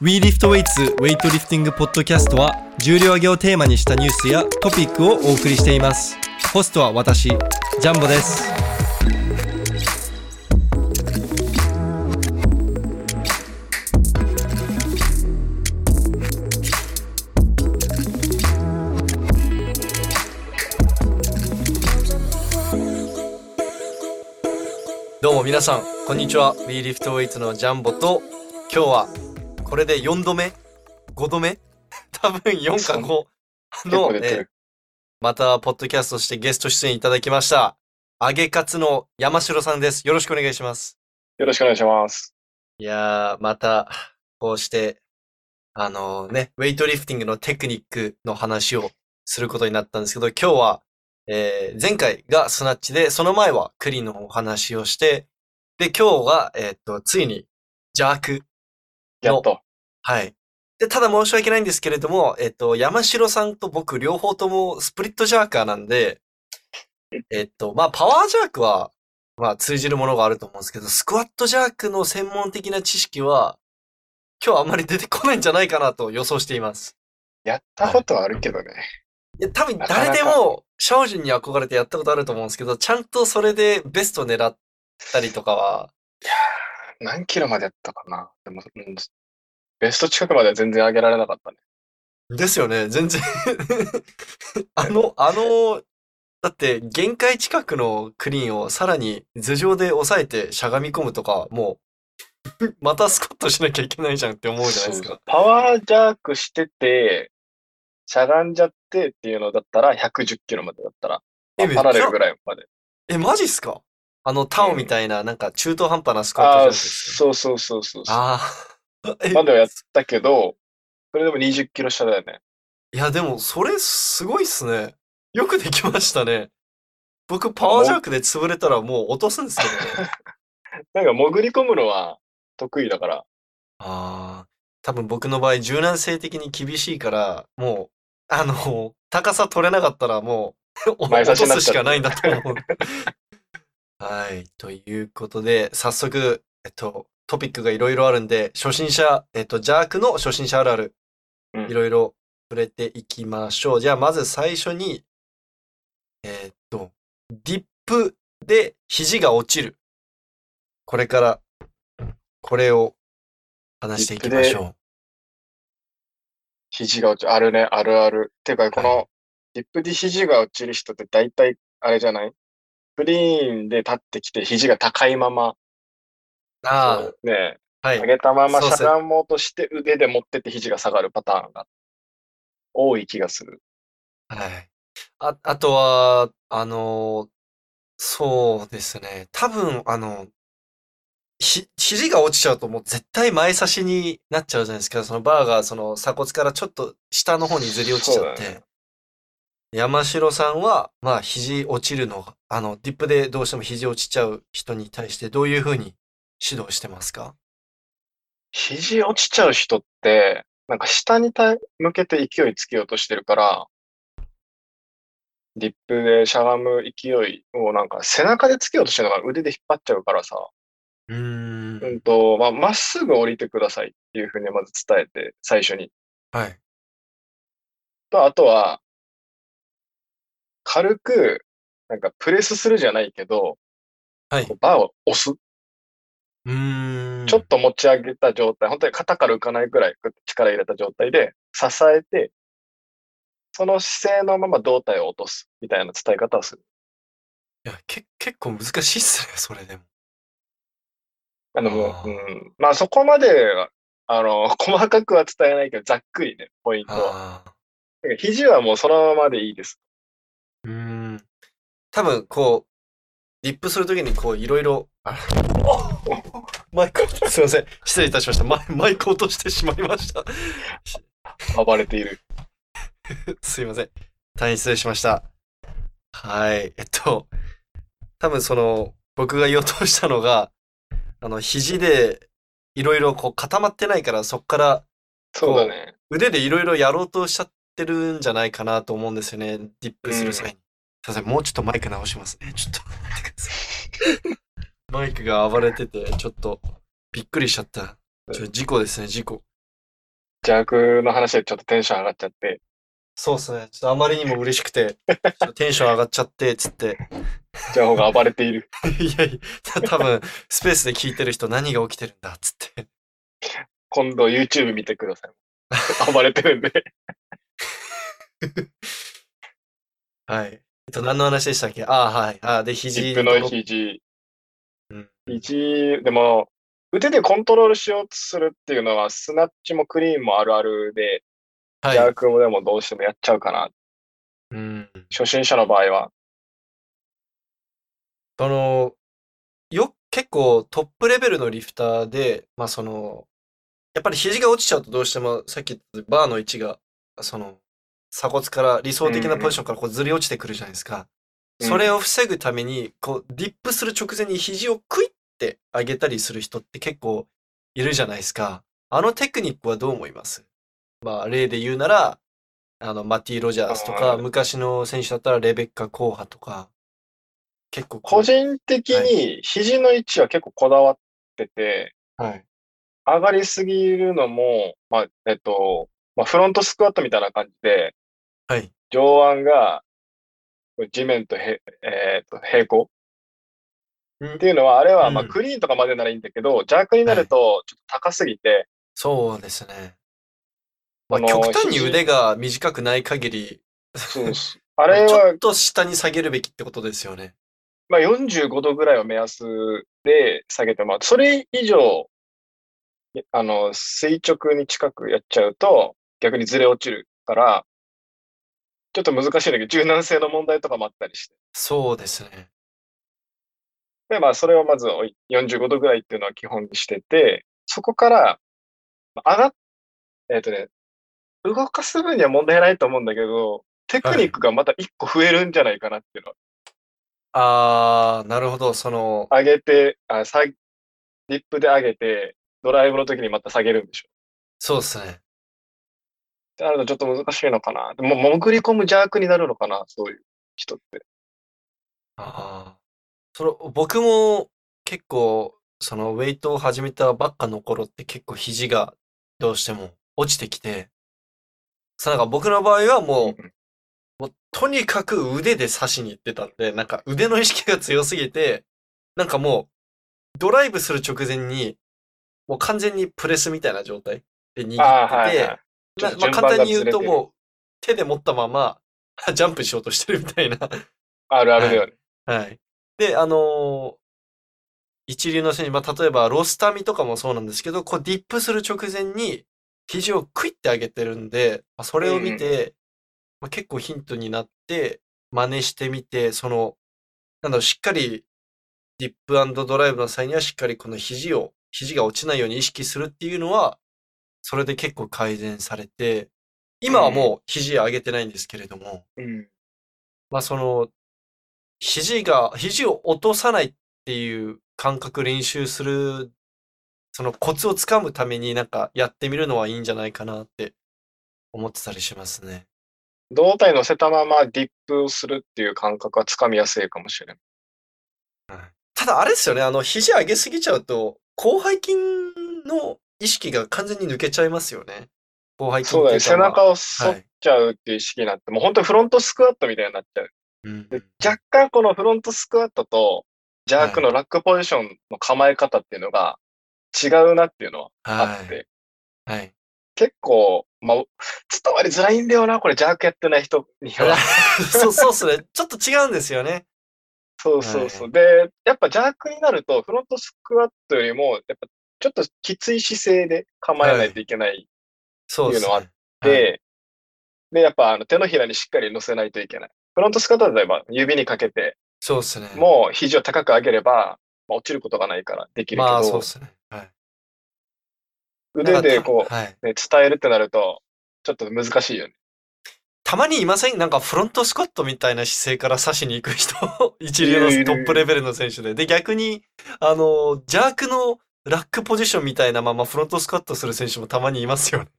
We Lift Weights ウェイトリフティングポッドキャストは重量挙げをテーマにしたニュースやトピックをお送りしていますホストは私ジャンボですどうも皆さんこんにちは We Lift Weights のジャンボと今日はこれで4度目5度目 多分4か5結構の、出えてーる。また、ポッドキャストしてゲスト出演いただきました。揚げカツの山城さんです。よろしくお願いします。よろしくお願いします。いやー、また、こうして、あのね、ウェイトリフティングのテクニックの話をすることになったんですけど、今日は、えー前回がスナッチで、その前はクリのお話をして、で、今日が、えーっと、ついに、邪悪。やっと。はい。で、ただ申し訳ないんですけれども、えっと、山城さんと僕両方ともスプリットジャーカーなんで、えっと、まあ、パワージャークは、まあ、通じるものがあると思うんですけど、スクワットジャークの専門的な知識は、今日あんまり出てこないんじゃないかなと予想しています。やったことはあるけどね。いや、多分なかなか誰でも、シャオジュンに憧れてやったことあると思うんですけど、ちゃんとそれでベスト狙ったりとかは、何キロまでやったかな。でも、うんベスト近くまでは全然上げられなかったね。ですよね、全然 あの、あの、だって限界近くのクリーンをさらに頭上で抑えてしゃがみ込むとか、もう、 またスカッとしなきゃいけないじゃんって思うじゃないですか。パワージャークしてて、しゃがんじゃってっていうのだったら、110キロまでだったら、まえあめっちゃパラレルぐらいまで。え、マジっすかあの、タオみたいな、なんか中途半端なスカッああトー、じそうそうそうそうそう。ゃないですか。ああー。え まではやったけど、それでも20キロ下だよね。いや、でも、それすごいっすね。よくできましたね。僕、パワージャークで潰れたらもう落とすんですけどね。なんか潜り込むのは得意だから、ああ、多分僕の場合、柔軟性的に厳しいから、もう、あの、 高さ取れなかったらもう、 お前差し落になとっすしちゃかうないんだと思う。 はい、ということで、早速、えっと、トピックがいろいろあるんで、初心者、えっと、邪悪の初心者あるあるう、んいろいろ触れていきましょう。じゃあ、まず最初に、えっと、ディップで肘が落ちる。これから、これを話していきましょう。肘が落ちる。あるね、あるある。てか、この、リップで肘が落ちる人って大体、あれじゃないクリーンで立ってきて、肘が高いまま、あねえ、あ、は上い。げたままそうしそうゃがもうとして、腕で持ってって肘が下がるパターンが多い気がする。はい。あ、あとは、あのーそうですね。多分、あの、ひ、肘が落ちちゃうともう絶対前差しになっちゃうじゃないですか。そのバーがその鎖骨からちょっと下の方にずり落ちちゃっそうだて。山城さんは、まあ、肘落ちるのが、あの、ディップでどうしても肘落ちちゃう人に対してどういうふうに指導してますか肘落ちちゃう人って、なんか下に対向けて勢いつけようとしてるから、リップでしゃがむ勢いをなんか背中でつけようとしてるのから腕で引っ張っちゃうからさ、うーうんん。と、まあ、まっすぐ降りてくださいっていうふうにまず伝えて、最初に。はい。と、あとは、軽く、なんかプレスするじゃないけど、はい。バーを押す。うーん。ちょっと持ち上げた状態、本当に肩から浮かないくらい力入れた状態で支えて、その姿勢のまま胴体を落とすみたいな伝え方をする。いや、け、結構難しいっすね、それでも。あの、もあう、うーん。まあそこまでは、あの、 細かくは伝えないけど、ざっくりね、ポイントは。ああ。だから肘はもうそのままでいいです。うーん。多分、こう、リップするときに、こう、いろいろ、あおマイク、すいません。失礼いたしました。マイマイク落としてしまいました。暴れている。すいません。大変失礼しました。はい。えっと、多分その、僕が言おうとしたのが、あの、肘で、いろいろこう固まってないから、そっからそうだね。腕でいろいろやろうとしちゃってるんじゃないかなと思うんですよね。ディップする際に。すいません、もうちょっとマイク直しますね。ちょっと待ってくださ い。マイクが暴れてて、ちょっとびっくりしちゃった。ちょ事故ですね、事故。邪悪の話でちょっとテンション上がっちゃって。そうっすね。ちょっとあまりにも嬉しくて、ちょっとテンション上がっちゃって、つって。ジャホが暴れて いる。いやいや、た多分スペースで聞いてる人何が起きてるんだ、つって。今度 YouTube 見てください。暴れてるんで。はい。えっと、何の話でしたっけああ、はい。ああ、で、リ肘ップのとこ肘。うん肘、でも、腕でコントロールしようとするっていうのは、スナッチもクリーンもあるあるで、はい邪。悪もでもどうしてもやっちゃうかな。うん。初心者の場合は。その、よ、結構トップレベルのリフターで、まあその、やっぱり肘が落ちちゃうとどうしても、さっき言ったバーの位置が、その、鎖骨から理想的なポジションからこうずり落ちてくるじゃないですか。うんそれを防ぐために、こう、ディップする直前に肘をクイって上げたりする人って結構いるじゃないですか。あのテクニックはどう思いますまあ、例で言うなら、あの、マティ・ロジャースとか、あー昔の選手だったらレベッカ・コーハとか、結構こう個人的に肘の位置は結構こだわってて、はい。上がりすぎるのも、まあ、えっと、まあ、フロントスクワットみたいな感じで、はい。上腕が地面とへ、えーと平行うんっていうのは、あれはまあうんクリーンとかまでならいいんだけど、邪悪になるとちょっと高すぎて、そうですね。まあ、あの極端に肘腕が短くない限り、そうっ すああれちはょっと下に下げるべきってことですよね。まあ45度ぐらいを目安で下げてもらう。それ以上、あの、垂直に近くやっちゃうと、逆にずれ落ちるから、ちょっと難しいんだけど、柔軟性の問題とかもあったりして。そうですね。で、まあ、それをまずおい45度ぐらいっていうのは基本にしてて、そこから、まあ上がっ、えっ、とね、動かす分には問題ないと思うんだけど、テクニックがまた1個増えるんじゃないかなっていうのは。あー、なるほど。その、上げて、あ、下げ、リップで上げて、ドライブの時にまた下げるんでしょ。そうですね。ってなるとちょっと難しいのかな。でも、潜り込む邪悪になるのかな、そういう人って。あーその僕も結構、そのウェイトを始めたばっかの頃って結構肘がどうしても落ちてきて、そうなんか僕の場合はもう、もうとにかく腕で刺しに行ってたんで、なんか腕の意識が強すぎて、なんかもうドライブする直前に、もう完全にプレスみたいな状態で握ってて、ああ、はい、はい。ちょっなとまあ、順番簡が単に言うとずれてるもう手で持ったままジャンプしようとしてるみたいな。あるあるだよね。はい。で、あのー一流の選手、まあ、例えばロスタミとかもそうなんですけど、こうディップする直前に肘をクイって上げてるんで、まあ、それを見て、まあ、結構ヒントになって、真似してみて、その、なんだろう、しっかりディップドライブの際にはしっかりこの肘を、肘が落ちないように意識するっていうのは、それで結構改善されて、今はもう肘上げてないんですけれども、うん。まあその、肘が、肘を落とさないっていう感覚練習する、そのコツをつかむためになんかやってみるのはいいんじゃないかなって思ってたりしますね。胴体乗せたままディップをするっていう感覚はつかみやすいかもしれない。ただあれですよね、あの、肘上げすぎちゃうと、広背筋の意識が完全に抜けちゃいますよね。広背筋そうだね。ってい背うかまあ中を反っちゃうっていう意識になって、もう本当にフロントスクワットみたいになっちゃうう。んで若干このフロントスクワットとジャークのラックポジションの構え方っていうのが違うなっていうのはあって、はい。はい。結構、まあ、伝わりづらいんだよな、これジャークやってない人には。 そう、そうっすね。ちょっと違うんですよね。そうそうそう。で、やっぱジャークになるとフロントスクワットよりも、やっぱちょっときつい姿勢で構えないといけないそうですね。っていうで、はいで、やっぱあの手のひらにしっかり乗せないといけない。フロントスカートだとば指にかけて、そうですね。もう肘を高く上げれば、まあ落ちることがないからできるけど、まあ、そうですね。はい。腕でこはい。う、ね、伝えるってなると、ちょっと難しいよね。たまにいませんなんかフロントスコットみたいな姿勢から刺しに行く 人、一流のトップレベルの選手で。で、逆に、あの、ジャークのラックポジションみたいなままフロントスコットする選手もたまにいますよね。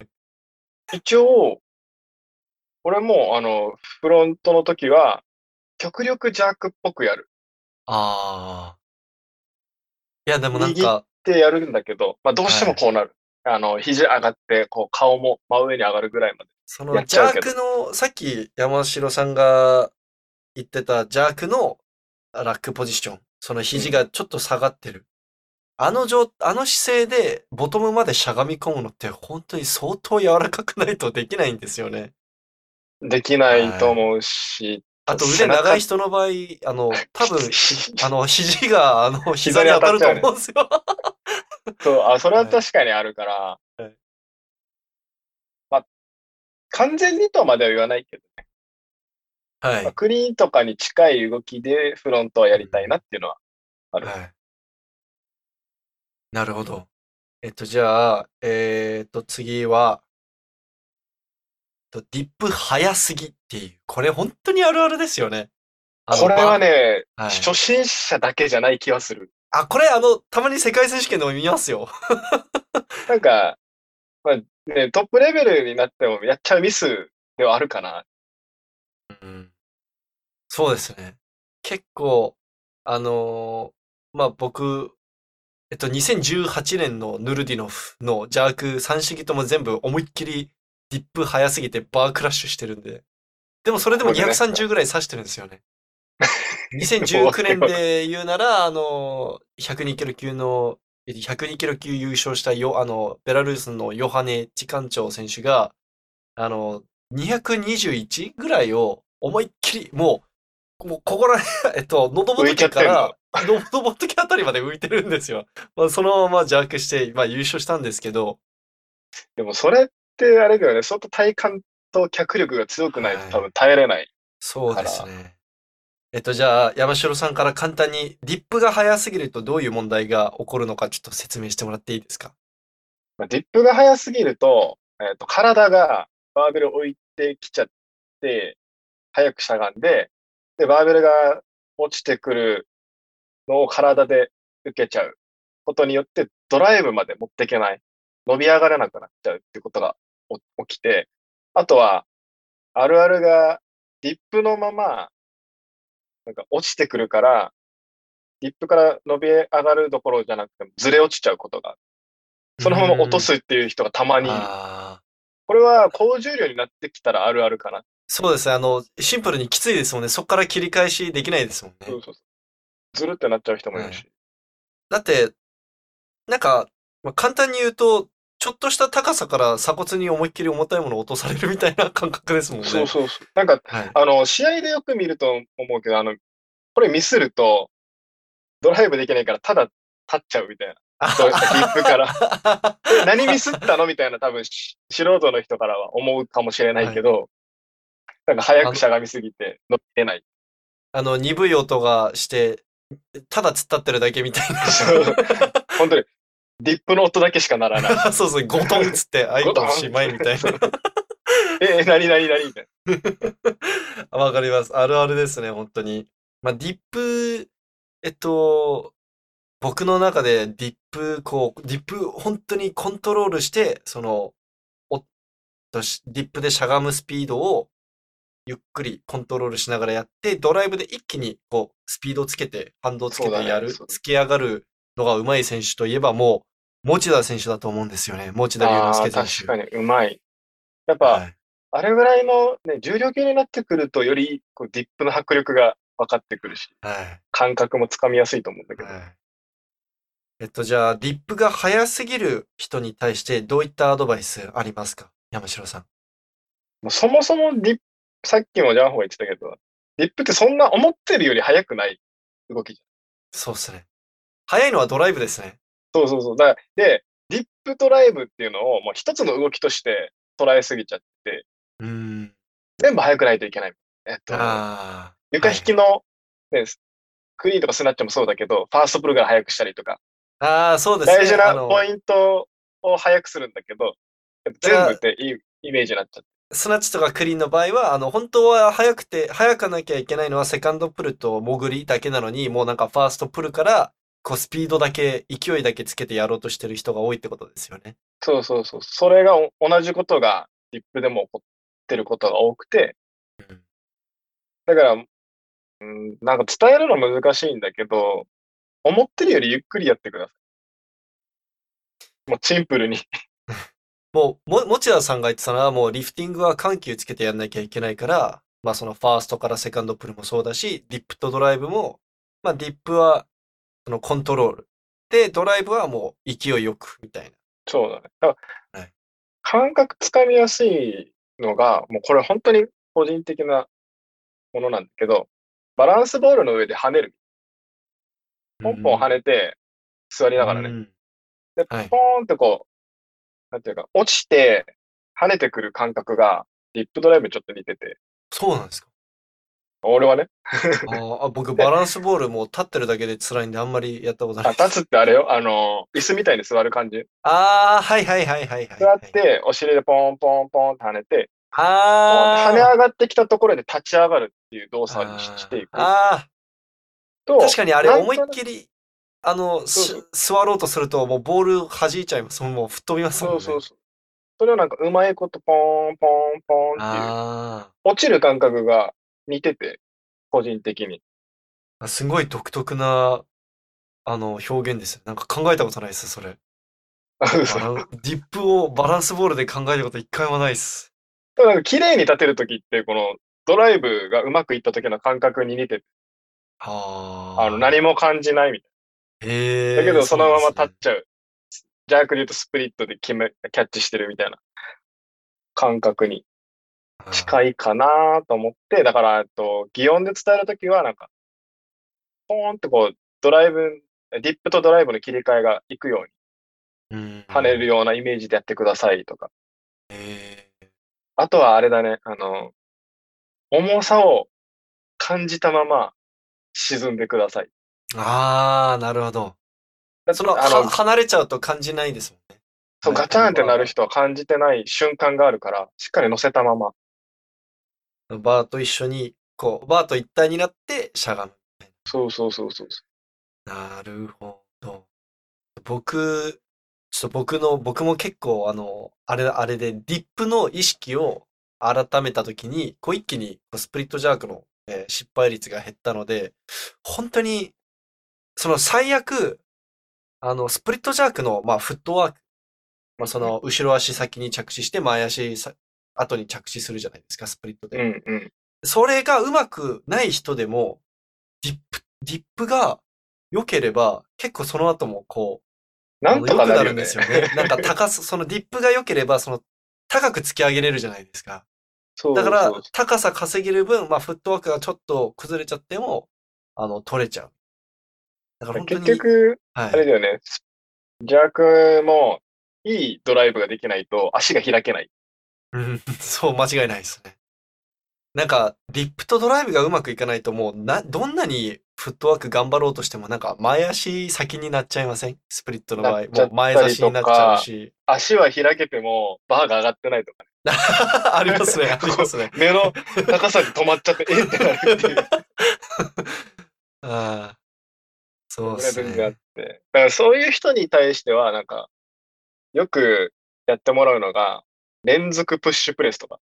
一応、俺もあの、フロントの時は、極力ジャークっぽくやる。ああ。いや、でもなんか、ってやるんだけど、まあどうしてもこうなる。あの、肘上がって、こう、顔も真上に上がるぐらいまで。そやのっちゃう邪けど悪の、さっき山城さんが言ってた邪悪のラックポジション。その肘がちょっと下がってる。あの状、あの姿勢でボトムまでしゃがみ込むのって本当に相当柔らかくないとできないんですよね。できないと思うし、あと背腕中長い人の場合、あの、多 分、あの、肘が、あの、膝膝にに当た当たるっちとゃうね思うんですよ。そう、あ、それは確かにあるから、はいまあ、完全にとまでは言わないけど、はいまあ。クリーンとかに近い動きでフロントはやりたいなっていうのは、あるはい。なるほど。えっと、じゃあ、えっと、次は、えっとディップ早すぎっていう。これ本当にあるあるですよね。あのこれは、ね、ばはい初心者だけじゃない気はする。あ、これあの、たまに世界選手権でも見ますよ。なんか、まあね、トップレベルになってもやっちゃうミスではあるかな。うん、そうですね。結構、あのーまあ、僕、えっと、2018年のヌルディノフの邪悪3式とも全部思いっきりディップ早すぎてバークラッシュしてるんで。でもそれでもそうですね230ぐらい刺してるんですよね。2019年 で言うなら、あのー、102キロ級の、102キロ級優勝したよ、あの、ベラルーシのヨハネ・チカンチョウ選手が、あの、221ぐらいを思いっきり、もう、もうここら辺、えっ と、喉浮いちゃ仏かってんらの、ロボットボットキあたりまで浮いてるんですよ。まあ、そのまま邪悪して、まあ、優勝したんですけど、でもそれってあれだよね、相当体幹と脚力が強くないはいと多分耐えれない。そうですね。えっと、じゃあ、山城さんから簡単に、ディップが早すぎるとどういう問題が起こるのか、ちょっと説明してもらっていいですかまあディップが速すぎると、えっと体がバーベルを置いてきちゃって、早くしゃがんで、で、バーベルが落ちてくるのを体で受けちゃうことによって、ドライブまで持っていけない。伸び上がらなくなっちゃうってことがお起きて、あとは、あるあるが、ディップのまま、なんか落ちてくるから、ディップから伸び上がるどころじゃなくても、ずれ落ちちゃうことがそのまま落とすっていう人がたまうんにいる。あーこれは高重量になってきたらあるあるかな。そうですね。あの、シンプルにきついですもんね。そこから切り返しできないですもんね。そうそうそうずるってなっちゃう人もいるし。だって、なんか、まあ簡単に言うと、ちょっとした高さから鎖骨に思いっきり重たいものを落とされるみたいな感覚ですもんね。そうそうそう。なんか、はい。あの、試合でよく見ると思うけど、あの、これミスると、ドライブできないからただ立っちゃうみ たいな。そうリップから。え何ミスったのみたいな多分し素人の人からは思うかもしれないけど、なんか早くしゃがみすぎて伸びれない。あの、鈍い音がして、ただ突っ立ってるだけみたい そう本当に、ディップの音だけしかならない。な。そうそう、ゴトンっつって、あいゴトンおしまいみたいな。え、何何何みたい わかります。あるあるですね、本当に。まあ、ディップ、えっと、僕の中でディップ、こう、ディップ、本当にコントロールして、その、おとしディップでしゃがむスピードを、ゆっくりコントロールしながらやって、ドライブで一気に、こう、スピードつけて、反動つけそうだてねやる、そう突き上がるのが上手い選手といえば、もう、持田選手だと思うんですよね。持田龍な。之介選あー手。確かに、うまい。やっぱ、はい。あれぐらいの、ね、重量級になってくると、よりこうディップの迫力が分かってくるし、はい。感覚もつかみやすいと思うんだけど、はいえっと、じゃあ、リップが早すぎる人に対して、どういったアドバイスありますか山城さん。もうそもそもディップ、さっきもジャンホが言ってたけど、ディップってそんな思ってるより速くない動きじそうですね。早いのはドライブですね。ゃん。そうそうそう。だからで、ディップドライブっていうのをもう一つの動きとして捉えすぎちゃって、うーん。全部速くないといけない。えっと、ああ。床引きはいの、ね、クリーンとかスナッチもそうだけど、ファーストプルから速くしたりとか、ああ、そうですね。大事あなのポイントを早くするんだけど、やっぱ全部っていいイメージになっちゃって。スナッチとかクリーンの場合は、あの、本当は早くて、早かなきゃいけないのはセカンドプルと潜りだけなのに、もうなんかファーストプルから、こうスピードだけ、勢いだけつけてやろうとしてる人が多いってことですよね。そうそうそう。それがお同じことがリップでも起こってることが多くて、うんだから、うん、なんか伝えるの難しいんだけど、思ってるよりゆっくりやってください。もうシンプルに。もう、も、持田さんが言ってたのは、もうリフティングは緩急つけてやんなきゃいけないから、まあそのファーストからセカンドプルもそうだし、ディップとドライブも、まあディップは、そのコントロール。で、ドライブはもう勢いよく、みたいな。そうだね。だからはい感覚つかみやすいのが、もうこれ本当に個人的なものなんだけど、バランスボールの上で跳ねる。ポンポン跳ねねて、座りながらね。ね。で、ポはーいンってこう、なんていうか、落ちて、跳ねてくる感覚が、リップドライブにちょっと似てて、そうなんですか。俺はね、あーあ、僕バランスボールもう立ってるだけで辛い んであんまりやったことなあいです。立つってあれよ、あの、椅子みたいに座る感じ。ああ、はいはいはいはいはい。座って、お尻でポンポンポンって跳ねて、ポンってあ跳あ。ね上がってきたところで立ち上がるっていう動作にししていくあと、あ、確かにあれなんと思いっきり、あの、すそう座ろうとすると、もうボール弾いちゃいます。もう吹っ飛びますもんそね。うそうそう。それをなんかうまいことポンポンポンっていう、あ落ちる感覚が似てて、個人的に。あ、すごい独特な、あの、表現ですよ。なんか考えたことないです、それ。 バランディップをバランスボールで考えたこと一回もないです。ただなんか綺麗に立てるときって、このドライブがうまくいったときの感覚に似てて、ああ。あの何も感じないみたへえ。いな。だけどそのままう立なんっですねちゃう。ジャークで言うとスプリットで決め、キャッチしてるみたいな感覚に近いかなと思って、だから、えっと、擬音で伝えるときは、なんか、ポーンってこう、ドライブ、ディップとドライブの切り替えがいくように、うん跳ねるようなイメージでやってくださいとか。へえあとはあれだね、あの、重さを感じたまま沈んでください。ああ、なるほど。だその、あはの、離れちゃうと感じないですもんね。そうはいガチャンってなる人は感じてない瞬間があるから、しっかり乗せたまま。バーと一緒に、こう、バーと一体になってしゃがむ。そうそうそうそう。なるほど。僕、ちょっと僕の、僕も結構、あの、あれ、あれで、ディップの意識を改めたときに、こう一気にこうスプリットジャークの、えー失敗率が減ったので、本当に、その最悪、あの、スプリットジャークの、まあ、フットワーク、まあ、その、後ろ足先に着地して、前足さ後に着地するじゃないですか、スプリットでう。んうん。それがうまくない人でも、ディップ、ディップが良ければ、結構その後もこう、なあんのとか良くななるるんよねで。すよ ね。なんか高す、そのディップが良ければ、その高く突き上げれるじゃないですか。そうだかそらうそう、高さ稼げる分、まあフットワークがちょっと崩れちゃっても、あの、取れちゃう。だから本当結に、局、はいあれだよね。ジャークも、いいドライブができないと足が開けない。うん、 そう、間違いないですね。なんか、リップとドライブがうまくいかないと、もう、な、どんなにフットワーク頑張ろうとしても、なんか、前足先になっちゃいませんスプリットの場合。なっちゃったりともうか前差しになっちゃうし。 足は開けても、バーが上がってないとか、ありますね、 ありますね。目の高さで止まっちゃって、えってなるっていうああ、そうのでがす全然あっね。て。だからそういう人に対しては、なんか、よくやってもらうのが、連続プッシュプレスとか。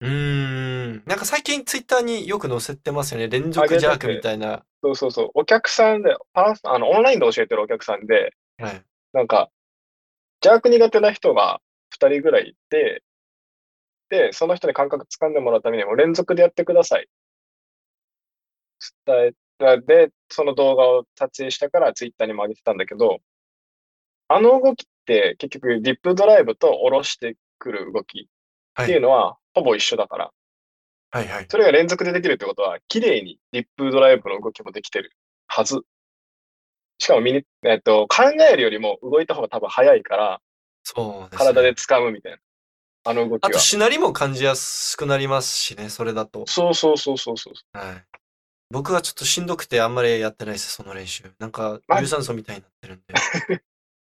うーん。なんか最近ツイッターによく載せてますよね。連続ジャークみたいな。そうそうそう。お客さんで、パーソあの、オンラインで教えてるお客さんで、はい。なんか、ジャーク苦手な人が2人ぐらいいて、で、その人に感覚つかんでもらうためにも連続でやってください。伝えた、で、その動画を撮影したからツイッターにも上げてたんだけど、あの動きって結局ディップドライブと下ろしてくる動きはっていうい。のはほぼ一緒だから、はいはい。それが連続でできるってことは、綺麗にディップドライブの動きもできてるはず。しかもミニ、えっと、考えるよりも動いた方が多分早いから、そうですね。体で掴むみたいな。あの動きあと、は。しなりも感じやすくなりますしね、それだと。そうそうそうそうそう。はい。僕はちょっとしんどくてあんまりやってないです、その練習。なんか、マジ有酸素みたいになってるんで。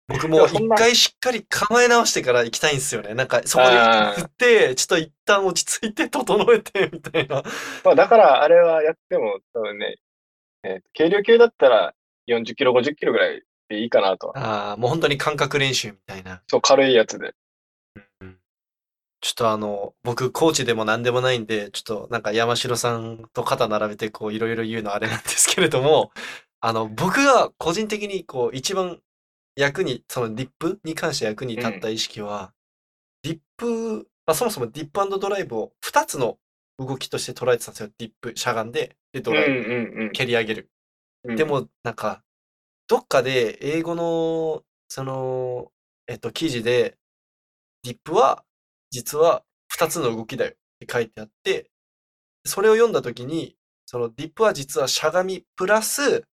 僕いもやそん一な回しっかり構え直してから行きたいんですよね。なんか、そこであー振って、ちょっと一旦落ち着いて整えて、みたいな。まあだからあれはやっても多分ね、えー軽量級だったら40キロ、50キロぐらいでいいかなとは。ああ、もう本当に感覚練習みたいな。そう、軽いやつで。うんちょっとあの、僕、コーチでも何でもないんで、ちょっとなんか山城さんと肩並べてこういろいろ言うのあれなんですけれども、あの、僕が個人的にこう一番役に、そのリップに関して役に立った意識は、ディップ、まあ、そもそもディップドライブを2つの動きとして捉えてたんですよ。ディップ、しゃがんで、で、ドうんライブ、うん蹴り上げる。うん。で、も、なんか、どっかで英語の、その、えっと、記事で、ディップは、実は2つの動きだよって書いてあって、それを読んだときに、そのディップは実はしゃがみプラス、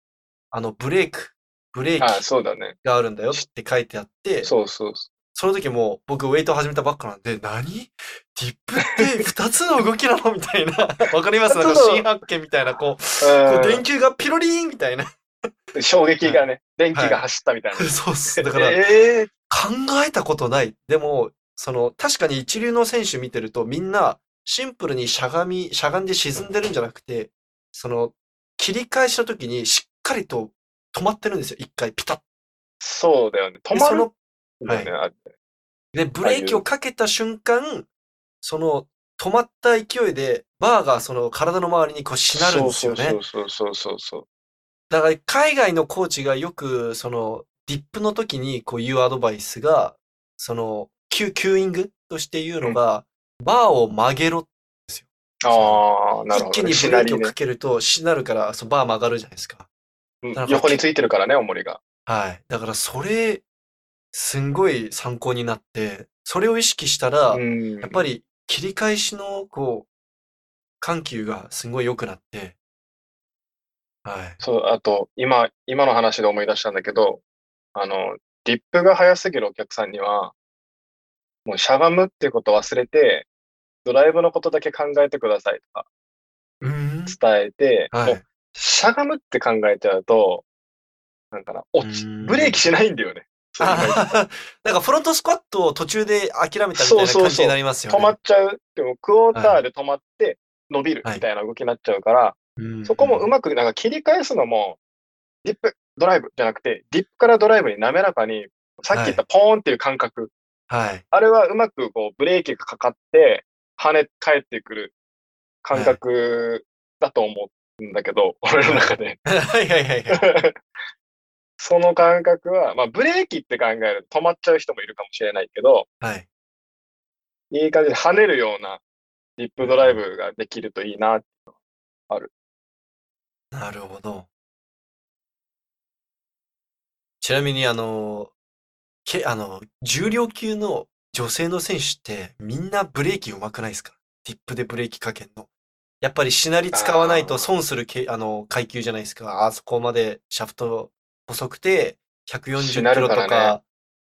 あの、ブレイク、ブレーキあそうだね。があるんだよって書いてあって、そうそうそその時もう僕ウェイトを始めたばっかなんで、何ディップって2つ の動きなのみたいな。わかりますなんか新発見みたいな、こう、こうう電球がピロリーンみたい な。うん。衝撃がね、電気が走ったみたいな。そうっ す。だから、え考えたことない。でも、その、確かに一流の選手見てると、みんな、シンプルにしゃがみ、しゃがんで沈んでるんじゃなくて、その、切り返しの時にしっかりと止まってるんですよ。一回ピタッ。そうだよね。止でまそるのんだよね。あれで、ブレーキをかけた瞬間、その、止まった勢いで、バーがその体の周りにこうしなるんですよね。そうそうそうそうそうだから、海外のコーチがよく、その、ディップの時にこう言うアドバイスが、その、キュキューイングとして言うのが、バーを曲げろ。そう。ああ、なる一ほ気どにね。ブしレなーキりをねか。けると、しなるから、そのバー曲がるじゃないですか。うんなんか横についてるからね、重りが。はい。だから、それ、すんごい参考になって、それを意識したら、うん。やっぱり。り切り返しの、こう、緩急がすごい良くなって、はい。そう、あと、今、今の話で思い出したんだけど、あの、リップが速すぎるお客さんには、もうしゃがむっていうことを忘れて、ドライブのことだけ考えてくださいとかうーん。伝えて、はもうい。しゃがむって考えちゃうと、なんかな、落ち、うんブレーキしないんだよね。そう考えるとあ なんかフロントスクワットを途中で諦めたみたいなそうそうそう感じになりますよね。止まっちゃう。でも、クォーターで止まって伸びるみたいな動きになっちゃうから、うんそこもうまく、なんか切り返すのも、ディップ、ドライブじゃなくて、ディップからドライブに滑らかに、さっき言ったポーンっていう感覚、はい。 あれはうまくこうブレーキがかかって、跳ね返ってくる感覚だと思うんだけど、俺の中 で。はいはいはいはい。その感覚は、まあブレーキって考えると止まっちゃう人もいるかもしれないけど、はい。いい感じで跳ねるようなリップドライブができるといいな。なるほど。ちなみに、あの、け、あの、重量級の女性の選手ってみんなブレーキ上手くないですかディップでブレーキかけんの。やっぱりしなり使わないと損するけ、あの、階級じゃないですか。あそこまでシャフト細くて、し140なキロるとからね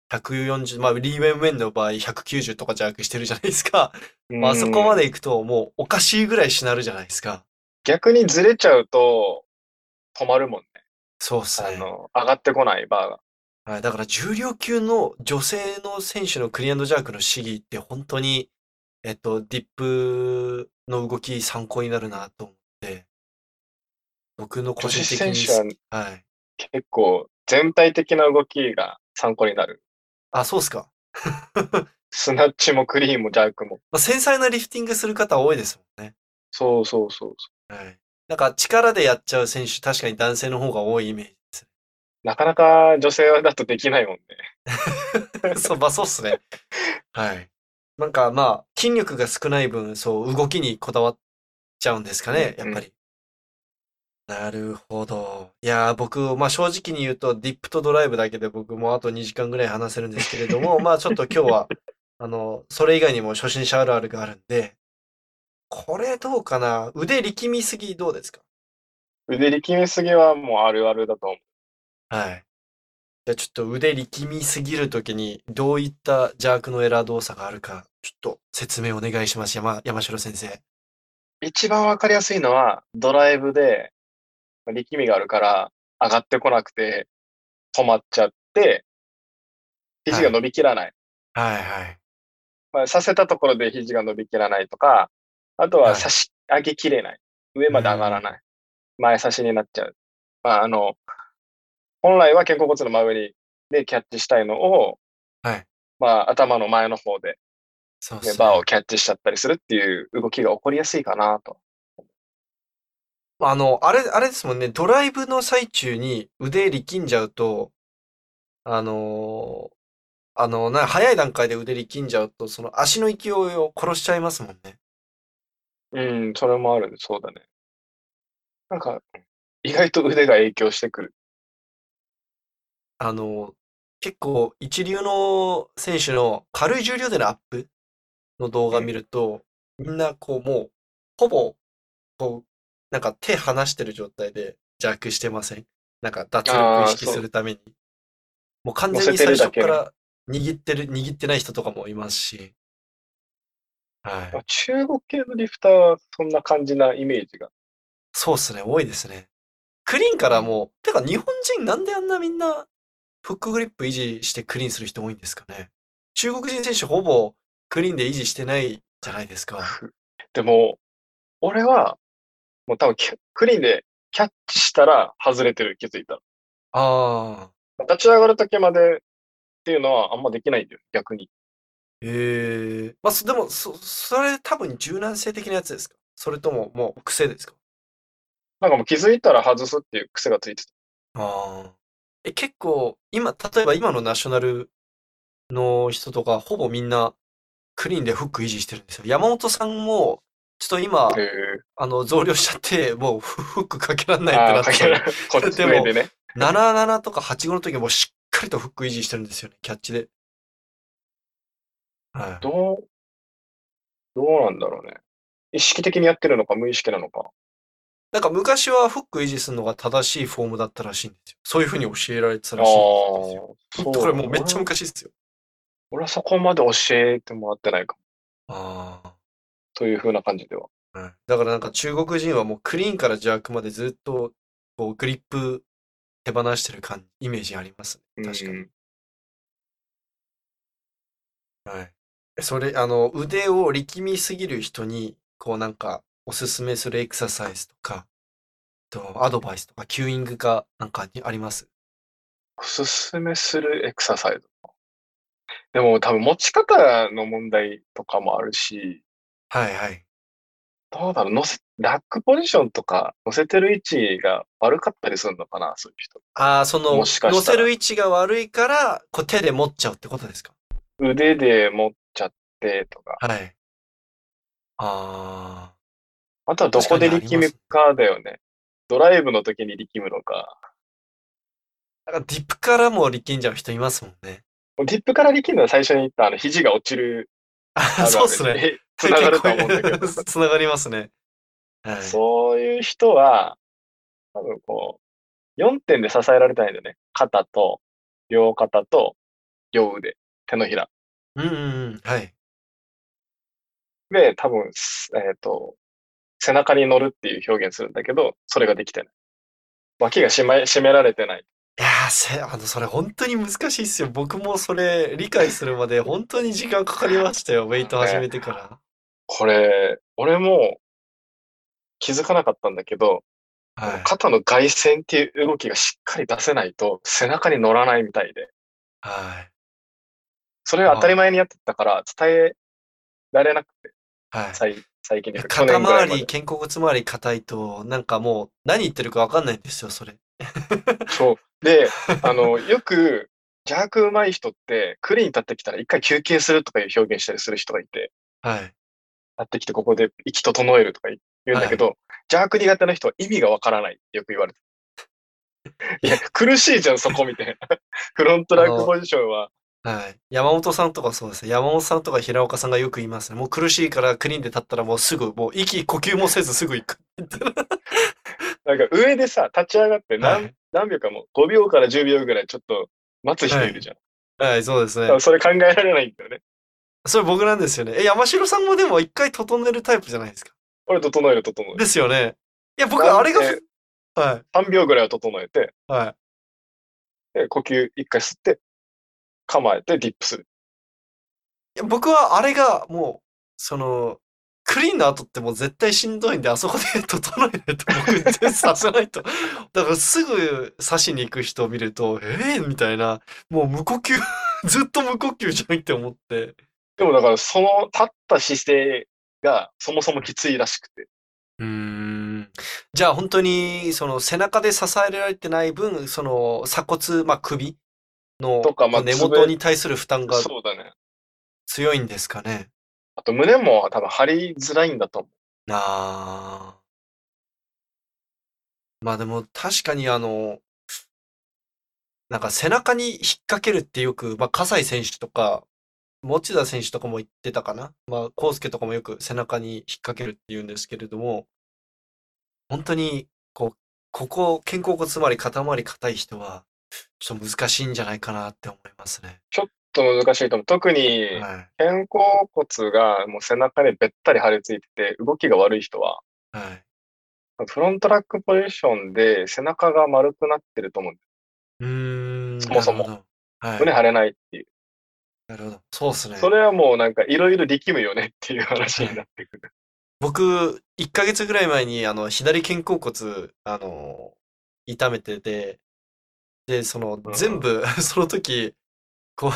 か、140、まあ、リーウェンウェンの場合190とか弱してるじゃないですか。まあ、あそこまで。で行くともうおかしいぐらいしなるじゃないですか。逆にずれちゃうと止まるもんね。そうっすあね。の、上がってこないバーが。はい、だから重量級の女性の選手のクリアンドジャークの試技って本当に、えっと、ディップの動き参考になるなと思って、僕の個女人子的選に手ははい。結構全体的な動きが参考になる。あ、そうっすか。まスナッチもクリーンもジャークも。あ、繊細なリフティングする方多いですもんね。そうそうそうそはい。なんか力でやっちゃう選手、確かに男性の方が多いイメージです。う。なかなか女性だとできないもんね。 そう、まあそうっすね。はい。なんかまあ、筋力が少ない分、そう、動きにこだわっちゃうんですかね、うやんっぱり。なるほど。いやー、僕、まあ正直に言うと、ディップとドライブだけで僕もあと2時間ぐらい話せるんですけれど も、まあちょっと今日は、あの、それ以外にも初心者あるあるがあるんで、これどうかな腕力みすぎどうですか腕力みすぎはもうあるあるだと思う。はい。じゃあちょっと腕力みすぎるときにどういった邪悪のエラー動作があるか、ちょっと説明お願いします。山、山城先生。一番わかりやすいのは、ドライブでまあ力みがあるから上がってこなくて止まっちゃって、肘が伸びきらない。はいはい。まあ、させたところで肘が伸びきらないとか、あとは差し上げきれない。上まで上がらない。前差しになっちゃう。まあ、あの、本来は肩甲骨の真上にでキャッチしたいのを、はいまあ、頭の前の方で、そうっねすねバーをキャッチしちゃったりするっていう動きが起こりやすいかなと。あの、あれ、あれですもんね。ドライブの最中に腕力んじゃうと、あのーあの、な、早い段階で腕力んじゃうと、その足の勢いを殺しちゃいますもんね。うん、それもあるね。そうだね。なんか、意外と腕が影響してくる。あの、結構一流の選手の軽い重量でのアップの動画見ると、みんなこうもう、ほぼ、こう、なんか手離してる状態で弱してませんなんか脱力あ意ー識そうするために。もう完乗全せにて最る初だっけから握ってる、握ってない人とかもいますし。はい。中国系のリフターはそんな感じなイメージが。そうっすね、多いですね。クリーンからもう、てか日本人なんであんなみんなフックグリップ維持してクリーンする人多いんですかね。中国人選手ほぼクリーンで維持してないじゃないですか。でも、俺は、もう多分キャクリーンでキャッチしたら外れてる、気づいたら。ああ、立ち上がる時までっていうのはあんまできないんだよ、逆に。ええまあ、そでも、そ、それ多分柔軟性的なやつですかそれとももう癖ですかなんかもう気づいたら外すっていう癖がついてた。ああ。え、結構、今、例えば今のナショナルの人とか、ほぼみんなクリーンでフック維持してるんですよ。山本さんも、ちょっと今、へあの、増量しちゃって、もうフフックかけらんえないってあなあ、っかけ らて、れこっち上でね。 77とか85の時もしっかりとフック維持してるんですよね、キャッチで。はい。どう、どうなんだろうね。意識的にやってるのか、無意識なのか。なんか昔はフック維持するのが正しいフォームだったらしいんですよ。そういうふうに教えられてたああらしいんですよ。ー、ほんとこれもうめっちゃそう昔ですよ。俺はそこまで教えてもらってないかも。ああ。というふうな感じでは。はいだからなんか中国人はもうクリーンからジャークまでずっとこうグリップ手放してる感イメージありますね。確かうに。んはい。それ、あの、腕を力みすぎる人に、こうなんかおすすめするエクササイズとか、とアドバイスとか、キューイングかなんかにありますおすすめするエクササイズ。でも多分持ち方の問題とかもあるし、はいはい。どうだろう、乗せ、ラックポジションとか、乗せてる位置が悪かったりするのかな、そういう人。ああ、その、もしかしたら乗せる位置が悪いから、こう手で持っちゃうってことですか腕で持っちゃってとか。はい。ああとはどこで力むかだよね。ドライブの時に力むのか。あ。なんかディップからも力んじゃう人いますもんね。ディップから力むのは最初に言ったあの肘が落ちるああ、るあるそうっすね。。 つながると思うんだけ ど。つながりますね。はい。 そういう人は、多分こう、4点で支えられたいんだよね。肩と、両肩と、両腕、手のひら。うんうんうん。はい。で、多分、すえっ、と、背中に乗るっていう表現するんだけど、それができてない。脇が締め、締められてない。いやーせ、あの、それ本当に難しいっすよ。僕もそれ理解するまで本当に時間かかりましたよ。ウェイト始めてかこれ、俺も気づかなかったんだけど、ら。はい。肩の外旋っていう動きがしっかり出せないと背中に乗らないみたいで、はい。それを当たり前にやってたから伝えられなくて、はい。最最近いでやす去肩年ぐらい周までり、。肩甲骨周り硬いと、なんかもう何言ってるかわかんないんですよ、それ。そう。で、 あの、よく、邪悪上手い人って、クリーン立ってきたら一回休憩するとかいう表現したりする人がいて、はい。立ってきてここで息整えるとか言うんだけど、邪悪苦手な人は意味がわからないってよく言われてる。いや、苦しいじゃん、そこみたいな。 フロントラックポジションは、はい。山本さんとかそうですね。山本さんとか平岡さんがよく言いますね。もう苦しいからクリーンで立ったらもうすぐ、もう息、呼吸もせずすぐ行く。なんか上でさ、立ち上がっては何,、い。何秒かも、5秒から10秒ぐらいちょっと待つ人いるじゃん。はい、そうですね多。分それ考えられないんだよね。それ僕なんですよね。え、山城さんもでも一回整えるタイプじゃないですか。俺整える整える。ですよね。いや、僕、なんであれがふ、は3秒ぐらいは整えて、い、はい。で呼吸一回吸って、構えてディップする。いや、僕はあれが、もう、その、クリーンの後ってもう絶対しんどいんで、あそこで整えないと僕、全然させない と。だからすぐ刺しに行く人を見ると、ええみたいな、もう無呼吸、 ずっと無呼吸じゃんって思って。でもだから、その立った姿勢がそもそもきついらしくて。うーん。じゃあ本当に、その背中で支えられてない分、その鎖骨、まあ首のとかまあ根つぶ元に対する負担がそうだね。強いんですかね。あと胸も多分張りづらいんだと思なあ。まあでも確かにあの、なんか背中に引っ掛けるってよく、まあ葛西選手とか、持田選手とかも言ってたかな。まあ康介とかもよく背中に引っ掛けるって言うんですけれども、本当に、こう、ここ、肩甲骨周り、肩周り硬い人は、ちょっと難しいんじゃないかなって思いますね。う。ちょっと難しいと思う。特にはい。肩甲骨がもう背中でべったり張り付いてて、動きが悪い人は、はい。フロントラックポジションで背中が丸くなってると思うんだよ。うーん、そもそもなるほど。はい。胸張れないっていう。なるほど。そうですね。それはもうなんかいろいろ力むよねっていう話になっ てくる。僕、1ヶ月ぐらい前に、あの、左肩甲骨、あの、痛めてて、で、その、うん全部、 その時、こう、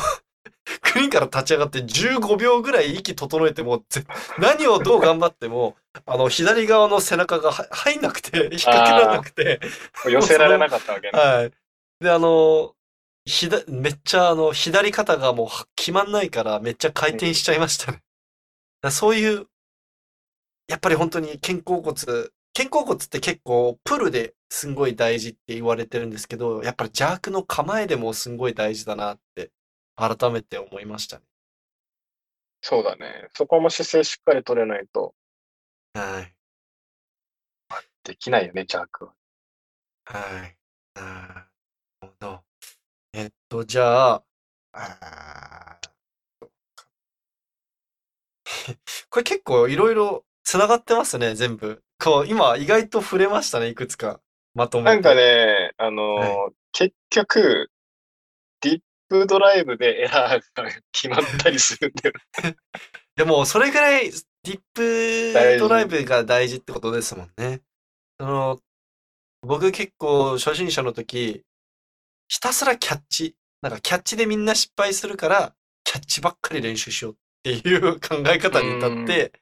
クリーンから立ち上がって15秒ぐらい息整えても、ぜ 何をどう頑張っても、あの、左側の背中がは入んなくて、引っ掛けられなくて、寄せられなかったわけね。はい。で、あの、ひだ、めっちゃ、あの、左肩がもうは決まんないから、めっちゃ回転しちゃいましたね。だからそういう、やっぱり本当に肩甲骨、肩甲骨って結構プルですんごい大事って言われてるんですけど、やっぱり邪悪の構えでもすんごい大事だなって、改めて思いましたね。そうだね。そこも姿勢しっかり取れないとはい。できないよね、ジャークは。はい。なるほど。えっと、じゃあ、あーそっか これ結構いろいろつながってますね、全部。こう、今意外と触れましたね、いくつか。まとめなんかて。ね、あのーは結局、ディップドライブでエラーが決まったりするんだよ。でも、それぐらいディップドライブが大事ってことですもんね。その、僕結構初心者の時、ひたすらキャッチ。なんかキャッチでみんな失敗するから、キャッチばっかり練習しようっていう考え方に至って、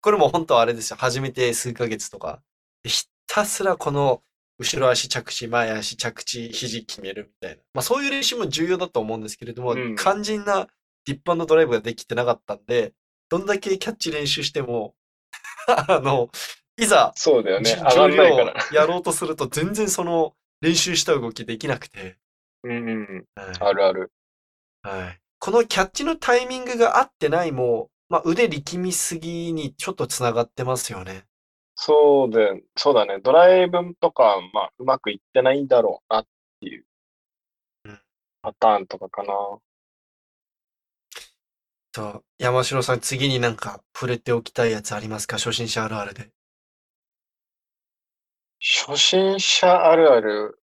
これも本当はあれですよ。始めて数ヶ月とか。ひたすらこの、後ろ足着地、前足着地、肘決めるみたいな。まあそういう練習も重要だと思うんですけれども、うん肝心なディッパンのドライブができてなかったんで、どんだけキャッチ練習しても、 あの、いざ、 そうだよね。じ上がんない重量から。をやろうとすると全然その練習した動きできなくて、うんうん。はあるある。いはいこのキャッチのタイミングが合ってないも、まあ、腕力みすぎにちょっとつながってますよね。そうで、そうだね。ドライブとか、まあ、うまくいってないんだろうなっていううんパターンとかかな。と山城さん次になんか触れておきたいやつありますか初心者あるあるで。初心者あるある、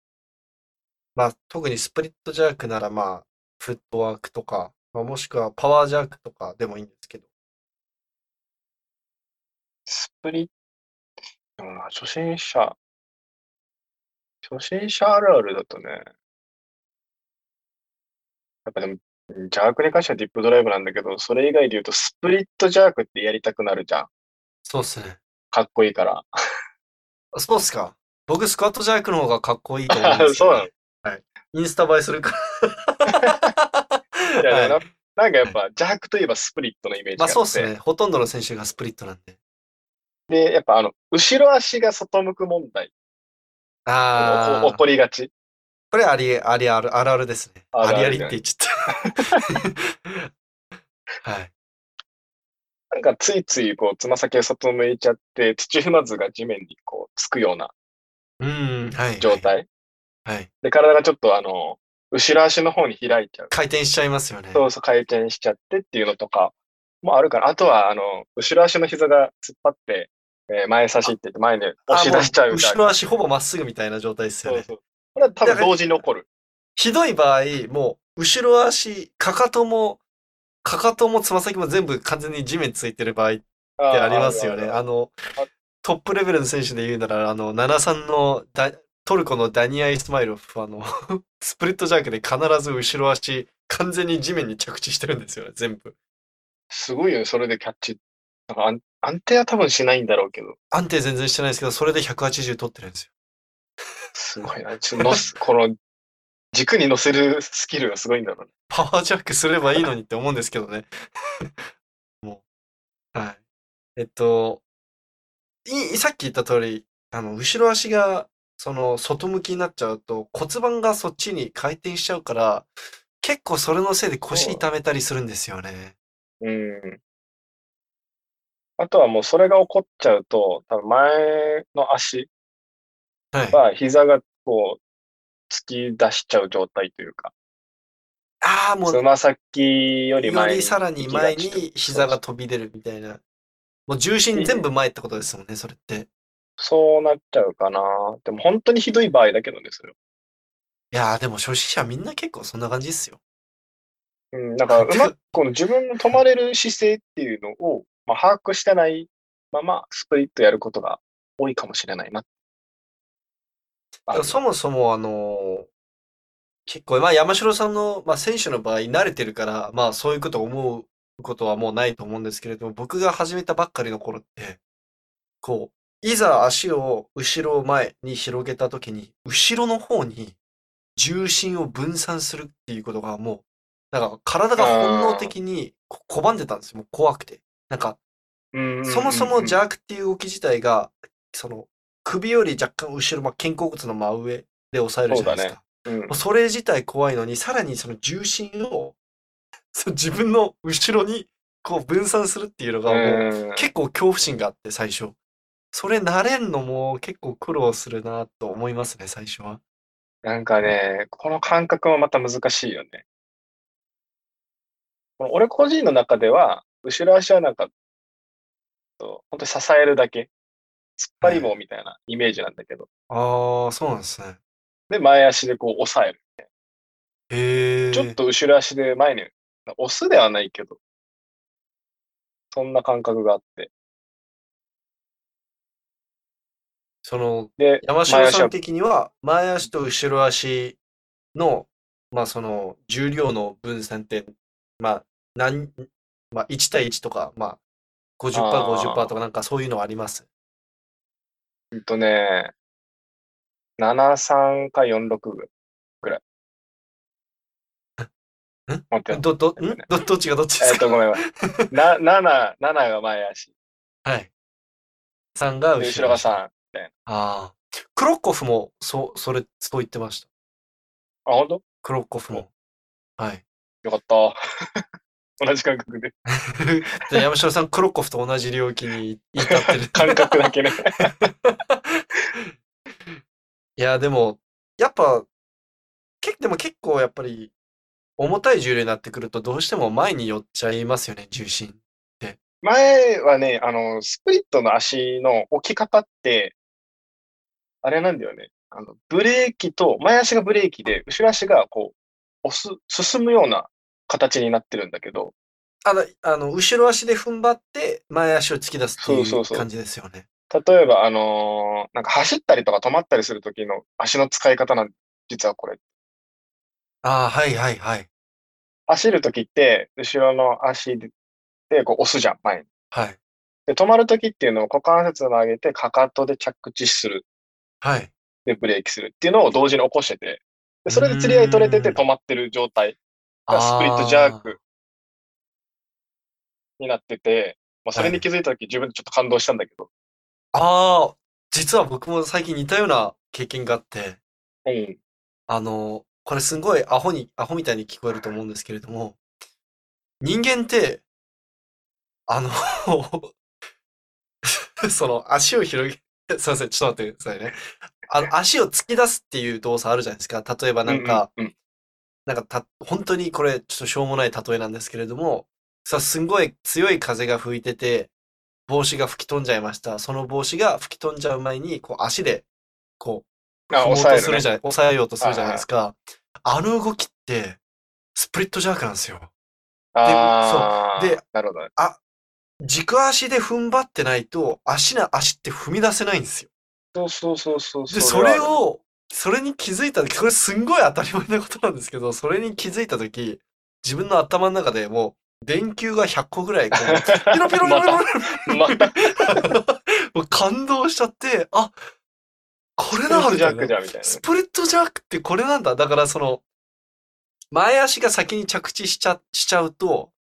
まあ、特にスプリットジャークならまあフットワークとか、まあ、もしくはパワージャークとかでもいいんですけど。スプリット、でもな、初心者、初心者あるあるだとね、やっぱでも、ジャークに関してはディップドライブなんだけど、それ以外で言うと、スプリットジャークってやりたくなるじゃん。そうっすね。かっこいいから。そうっすか。僕スクワットジャークの方がかっこいいと思うんですそうなのね。はい。インスタ映えするから。いや、でもはいななんかやっぱ、ジャークといえばスプリットのイメージまあがあって。そうっすね。ほとんどの選手がスプリットなんで。で、やっぱあの、後ろ足が外向く問題、あおあ起。こりがち。これあり、ありある、あるあるですね。ああるありるありって言っちゃった。はい。なんかついついこう、つま先が外向いちゃって、土踏まずが地面にこう、つくようなうん、はい。状態。はい。で、体がちょっとあの、後ろ足の方に開いちゃう。回転しちゃいますよね。そうそう回転しちゃってっていうのとかもあるから、あとはあの、後ろ足の膝が突っ張って、えー前差しって言って前にあ押し出しちゃうもみたい後な。ろ足ほぼまっすぐみたいな状態ですよそうね。そう。これは多分同時に起こる。ひどい場合、もう、後ろ足、かかとも、かかともつま先も全部完全に地面ついてる場合ってあーありますよね。るああるのあ、トップレベルの選手で言うなら、あの、73のダトルコのダニアイスマイルフ、あの、 スプリットジャークで必ず後ろ足、完全に地面に着地してるんですよね、全部。すごいよね、それでキャッチ。なんか安安定は多分しないんだろうけど、安定全然してないですけど、それで180取ってるんですよ。 すごいな。ちょっとのすこの、軸に乗せるスキルがすごいんだろうね。パワージャックすればいいのにって思うんですけどね。 もう。はい。えっと、いさっき言った通り、あの、後ろ足が、その、外向きになっちゃうと骨盤がそっちに回転しちゃうから、結構それのせいで腰痛めたりするんですよね。うん。あとはもうそれが起こっちゃうと、多分前の足はい。は膝がこう、突き出しちゃう状態というか、ああ、もう、つま先よりよ前りに。さらに前に膝が飛び出るみたいな。もう重心全部前ってことですもんね、それって。そうなっちゃうかな。でも本当にひどい場合だけどね、それは。いやーでも初心者みんな結構そんな感じっすよ。うん、なんか、うまくこの自分の止まれる姿勢っていうのを、まあ、把握してないまま、スプリットやることが多いかもしれないな。あそもそもあのー結構、まあ山城さんの、まあ選手の場合慣れてるから、まあそういうこと思うことはもうないと思うんですけれども、僕が始めたばっかりの頃って、こう、いざ足を後ろ前に広げた時に、後ろの方に重心を分散するっていうことがもう、なんか体が本能的にこ拒んでたんですよ。もう怖くて。なんか、うんそもそもゃ、邪悪っていう動き自体が、その、首より若干後ろ、まあ、肩甲骨の真上で抑えるじゃないですそうだか。うんもうそれ自体怖いのに、さらにその重心を、そう自分の後ろにこう分散するっていうのが、もううん結構恐怖心があって、最初。それ慣れんのも結構苦労するなと思いますね、最初は。なんかね、この感覚もまた難しいよね。この俺個人の中では、後ろ足はなんか、と本当に支えるだけ。突っ張り棒みたいなイメージなんだけど。ああ、そうなんですね。で、前足でこう押さえる。へえ。ちょっと後ろ足で前に、押すではないけど、そんな感覚があって。その、で、山城さ前ん足的には前足と後ろ足の、まあその重量の分散って、まあ何、まあ1対1とか、まあ50%、あー50%とかなんかそういうのあります。うんとね、73か46ぐらい。待ってよ。ど、ど、んえっとねど、どっちがどっちでえすっと、かごめんごめん。な、7、7が前足。はい。3がで、後後ろろが足。あ3。あ、あー。クロッコフも、そう、それ、そう言ってました。ほんとクロッコフも。はい。 よかった。 同じ感覚で。じゃあ山城さん、クロッコフと同じ領域に至ってる。感覚だけね。 いや、でも、やっぱ、け、でも結構やっぱり、重たい重量になってくると、どうしても前に寄っちゃいますよね、重心。前はね、あの、スプリットの足の置き方って、あれなんだよね。あの、ブレーキと、前足がブレーキで、後ろ足がこう、押す、進むような形になってるんだけど、あの、あの、後ろ足で踏ん張って、前足を突き出すっていそうそううそう感じですよね。例えば、あのーなんか走ったりとか止まったりする時の足の使い方なん、実はこれ。ああ、はいはいはい。走る時って、後ろの足でこう押すじゃん、前に。はい。で、止まる時っていうのを股関節を上げて、かかとで着地する。はい。で、ブレーキするっていうのを同時に起こしてて、でそれで釣り合い取れててうーん止まってる状態がスプリットジャークになってて、まあ、それに気づいた時自分でちょっと感動したんだけど、あーあー、実は僕も最近似たような経験があって、うん。あの、これすごいアホに、アホみたいに聞こえると思うんですけれども、人間って、あの、 その足を広げ、 すいません、ちょっと待ってくださいね。あの、足を突き出すっていう動作あるじゃないですか。例えばなんか、うんうんなんかた、本当にこれ、ちょっとしょうもない例えなんですけれども、さ、すごい強い風が吹いてて、帽子が吹き飛んじゃいました。その帽子が吹き飛んじゃう前に、こう足で、こう、あ、踏もう抑とえるするねじゃない、抑えようとするじゃないですか。あの動きって、スプリットジャークなんですよ。あーそうでなるほどね。軸足で踏ん張ってないと、足な足って踏み出せないんですよ。そうそうそうそう。で、それはを、それに気づいた時、これすんごい当たり前なことなんですけど、それに気づいた時、自分の頭の中でもう、電球が100個ぐらいこう、ピロピロピロピロピロある、また、もう感動しちゃって、あ、これスプリだットみジャたッいなクじゃんみたいな。スプリットジャックってこれなんだ。だからその、前足が先に着地しちゃしちゃうと、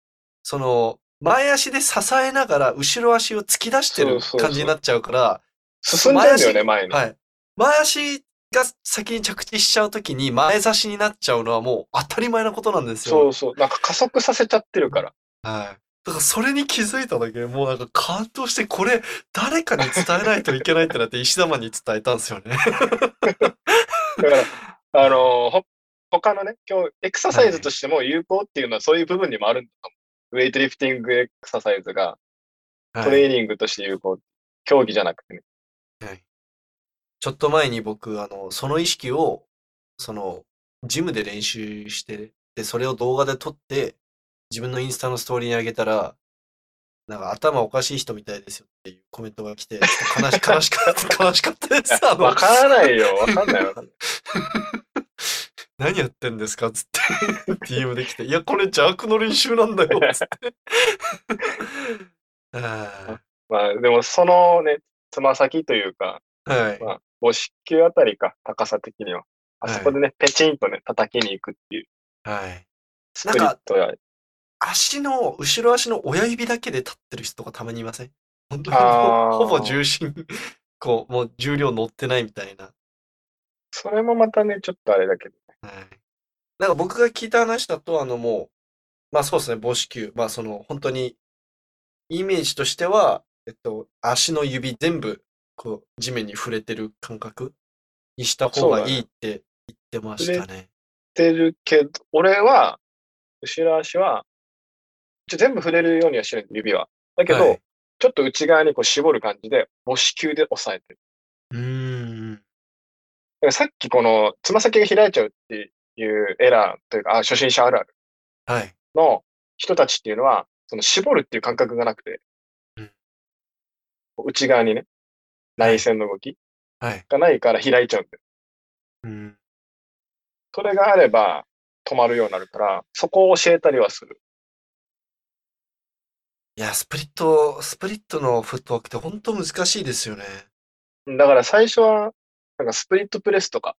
その、前足で支えながら後ろ足を突き出してそるうそうそう感じになっちゃうから、進んじゃうんだよね、前に。はい。前足が先に着地しちゃうときに前差しになっちゃうのはもう当たり前なことなんですよ。そうそう。なんか加速させちゃってるから。はい。だからそれに気づいただけでもうなんか感動してこれ誰かに伝えないといけないってなって石田マンに伝えたんですよね。だから、あのーほ、他のね、今日エクササイズとしても有効っていうのはそういう部分にもあるんだと思う。ウェイトリフティングエクササイズがはトレーニングとして有効。競技じゃなくてね。はいちょっと前に僕、あの、その意識を、その、ジムで練習して、で、それを動画で撮って、自分のインスタのストーリーに上げたら、なんか頭おかしい人みたいですよっていうコメントが来て、ちょっと悲し、悲しかった、悲しかったです。あわの、からないよ。 わかんないわかんない。何やってんですか つって、DM で来て、いや、これ邪悪の練習なんだよ、 つって。はまあ、でもそのね、つま先というか、いはい。まあ、母子球あたりか、高さ的には。あそこでね、ペチンとね、叩きに行くっていう。はい。スプリットや。足の、後ろ足の親指だけで立ってる人がたまにいません本当にあーもうほぼ重心、こう、もう重量乗ってないみたいな。それもまたね、ちょっとあれだけど。はい。なんか僕が聞いた話だと、あのもう、まあそうですね、母子球。まあその、本当に、イメージとしては、えっと、足の指全部、こう、地面に触れてる感覚にした方がいいって言ってましたね。ってるけど、俺は、後ろ足は、一応全部触れるようにはしてる、指は。だけど、はいちょっと内側にこう絞る感じで、母子球で押さえてる。うーん。だからさっきこの、つま先が開いちゃうっていうエラーというか、あ初心者あるあるはい。の人たちっていうのは、その絞るっていう感覚がなくてうん、こう内側にね、内線の動きはい。がないから開いちゃうんだよ。うん。それがあれば、止まるようになるから、そこを教えたりはする。いや、スプリット、スプリットのフットワークって本当難しいですよね。だから最初は、なんかスプリットプレスとか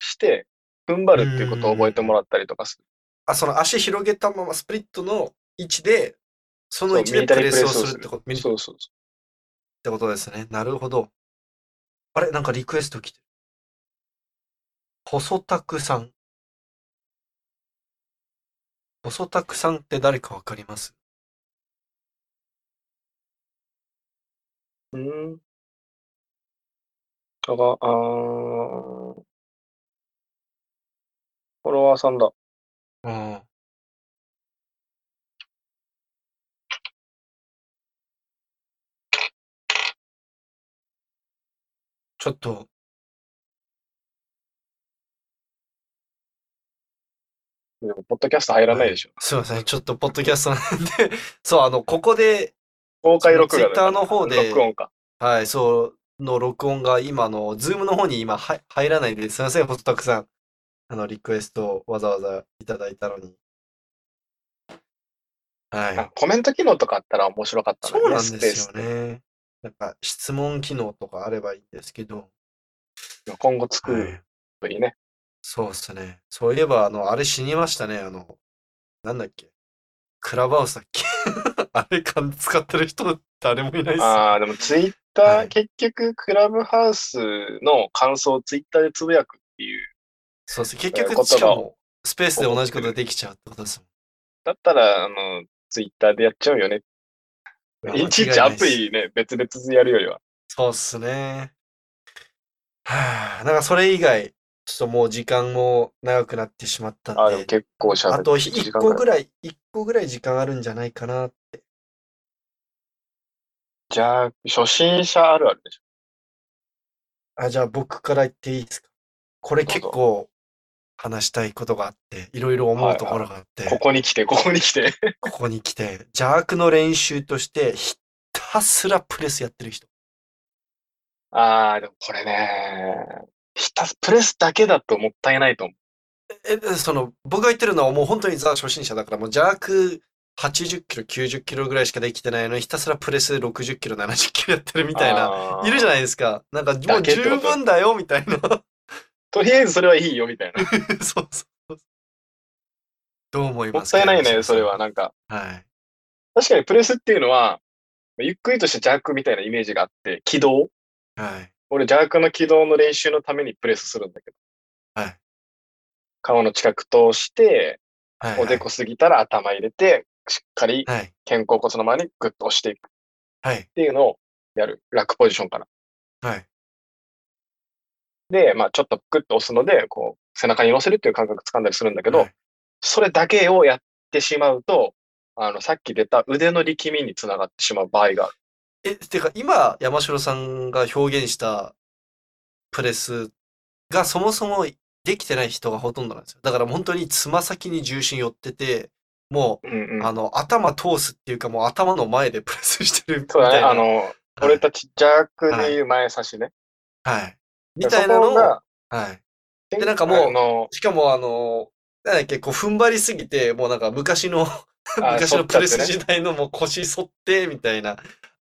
して、踏ん張るっていうことを覚えてもらったりとかする。あ、その足広げたままスプリットの位置で、そのそう位置でミリタプリーレプレススををすするるってこと、ミリっそうそうそてことですね。なるほど。あれなんかリクエスト来てる。細拓さん。細拓さんって誰かわかりますう。うん。だが、あーフォロワーさんだ。うん。ちょっと。でも、ポッドキャスト入らないでしょ。すいません、ちょっとポッドキャストなんで、 そう、あの、ここで、公開録画だ Twitter の方で録音か。はい、そう、の録音が今の、ズームの方に今は入らないんで、すいません、ホトタクさん。あの、リクエストをわざわざいただいたのに。はい。あコメント機能とかあったら面白かったそうなんですスよペースね。なんか、質問機能とかあればいいんですけど。で今後作はいる。といいね。そうっすね。そういえば、あの、あれ死にましたね。あの、なんだっけ。クラブハウスだっけ あれか、使ってる人誰もいないっすね。ああ、でもツイッター、はい結局、クラブハウスの感想をツイッターでつぶやくっていう。そうです。結という局、ことしかがも、スペースで同じことできちゃうってことですだったら、あの、ツイッターでやっちゃうよね。もん。いちいち間違アなですプ。リね、別々でやるよりは。そうっすね。はあ、なんかそれ以外、ちょっともう時間も長くなってしまったあ、んでもで、結構しゃあべとる時1間個ぐらいぐらい、一個ぐらい時間あるんじゃないかな。じゃあ、初心者あるあるでしょ。あ、じゃあ僕から言っていいですか。これどうぞ結構話したいことがあって、いろいろ思うところがあって、ここに来て、ここに来て。ここに来て、邪悪の練習として、ひたすらプレスやってる人。ああ、でもこれね、ひたすプレスだけだともったいないと思う。え、その、僕が言ってるのはもう本当にザ初心者だから、もう邪悪80キロ、90キロぐらいしかできてないのに、ひたすらプレス60キロ、70キロやってるみたいな、な。いるじゃゃん。ないですか。なんかもだうけって十こと分だよ、みたいな。 とりあえずそれはいいよ、みたいな。そうそう。どう思いもまっすたいないかね、それは。。なんか、はい。確かにプレスっていうのは、ゆっくりとした邪悪みたいなイメージがあって、軌道はい。俺邪悪の軌道の練習のためにプレスするんだけど、はい。顔の近く通して、はい。おでこ過ぎたら頭入れて、しっかりはい。肩甲骨の前にグッと押していくっはい。ていうのをやる。楽ポジションから。はい。で、まあちょっとグッと押すので、こう、背中に乗せるっていう感覚掴んだりするんだけど、はいそれだけをやってしまうと、あの、さっき出た腕の力みにつながってしまう場合がある。え、てか今、山城さんが表現したプレスがそもそもできてない人がほとんどなんですよ。だから本当につま先に重心寄ってて、もうんうう、ん。あの、頭通すっていうかもう頭の前でプレスしてるみそうだたいね。な。あの、はい俺たち邪悪で言う前差しね。はい。みたいなのそを、こがはい。でなんかもうあの、しかもあの、なんだっけ、こう踏ん張りすぎて、もうなんか昔の、 あ昔のプレス反っちゃってね時代のもう腰反って、みたいな。だ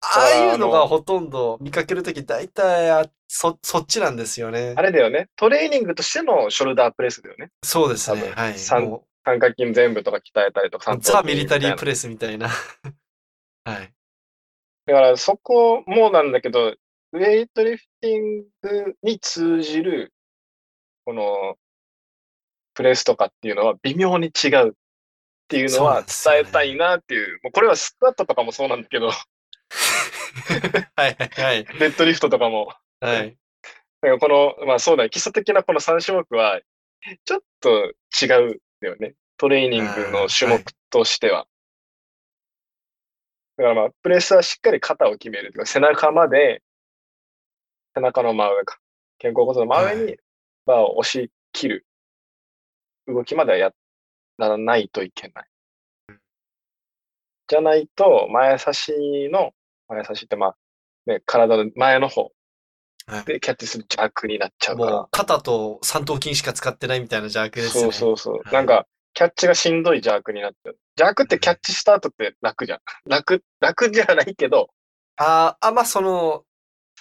あかあらいうのあがのほとんど見かけるとき大体あそ、そっちなんですよねあ。れだよね。トレーニングとしてのショルダープレスだよね。そうですね。多分はい。三も三角筋全部とか鍛えたりとか、う三頭ザ・筋ミリタリーみたいプレスみたいな。 はい。なだからそこもなんだけど、ウェイトリフティングに通じる、この、プレスとかっていうのは微妙に違うっていうのそうなんはですよね伝えたいなっていう。もうこれはスクワットとかもそうなんだけど、 はいはいデッドリフトとかも。はい。はい。なんかこの、まあそうだね、基礎的なこの3種目は、ちょっと違うんだよね。トレーニングの種目としては。だからまあ、プレスはしっかり肩を決めるというか。背中まで、背中の真上か。肩甲骨の真上はにバーを押し切る動きまではやらないといけないうん。じゃないと、前差しの、前差しってまあ、ね、体の前の方はいでキャッチする邪悪になっちゃうかもらう。肩と三頭筋しか使ってないみたいな邪悪ですね。そうそうそう。はいなんか、キャッチがしんどい邪悪になってる。邪悪ってキャッチした後って楽じゃん。 楽、楽じゃないけど、あーあ、まあその、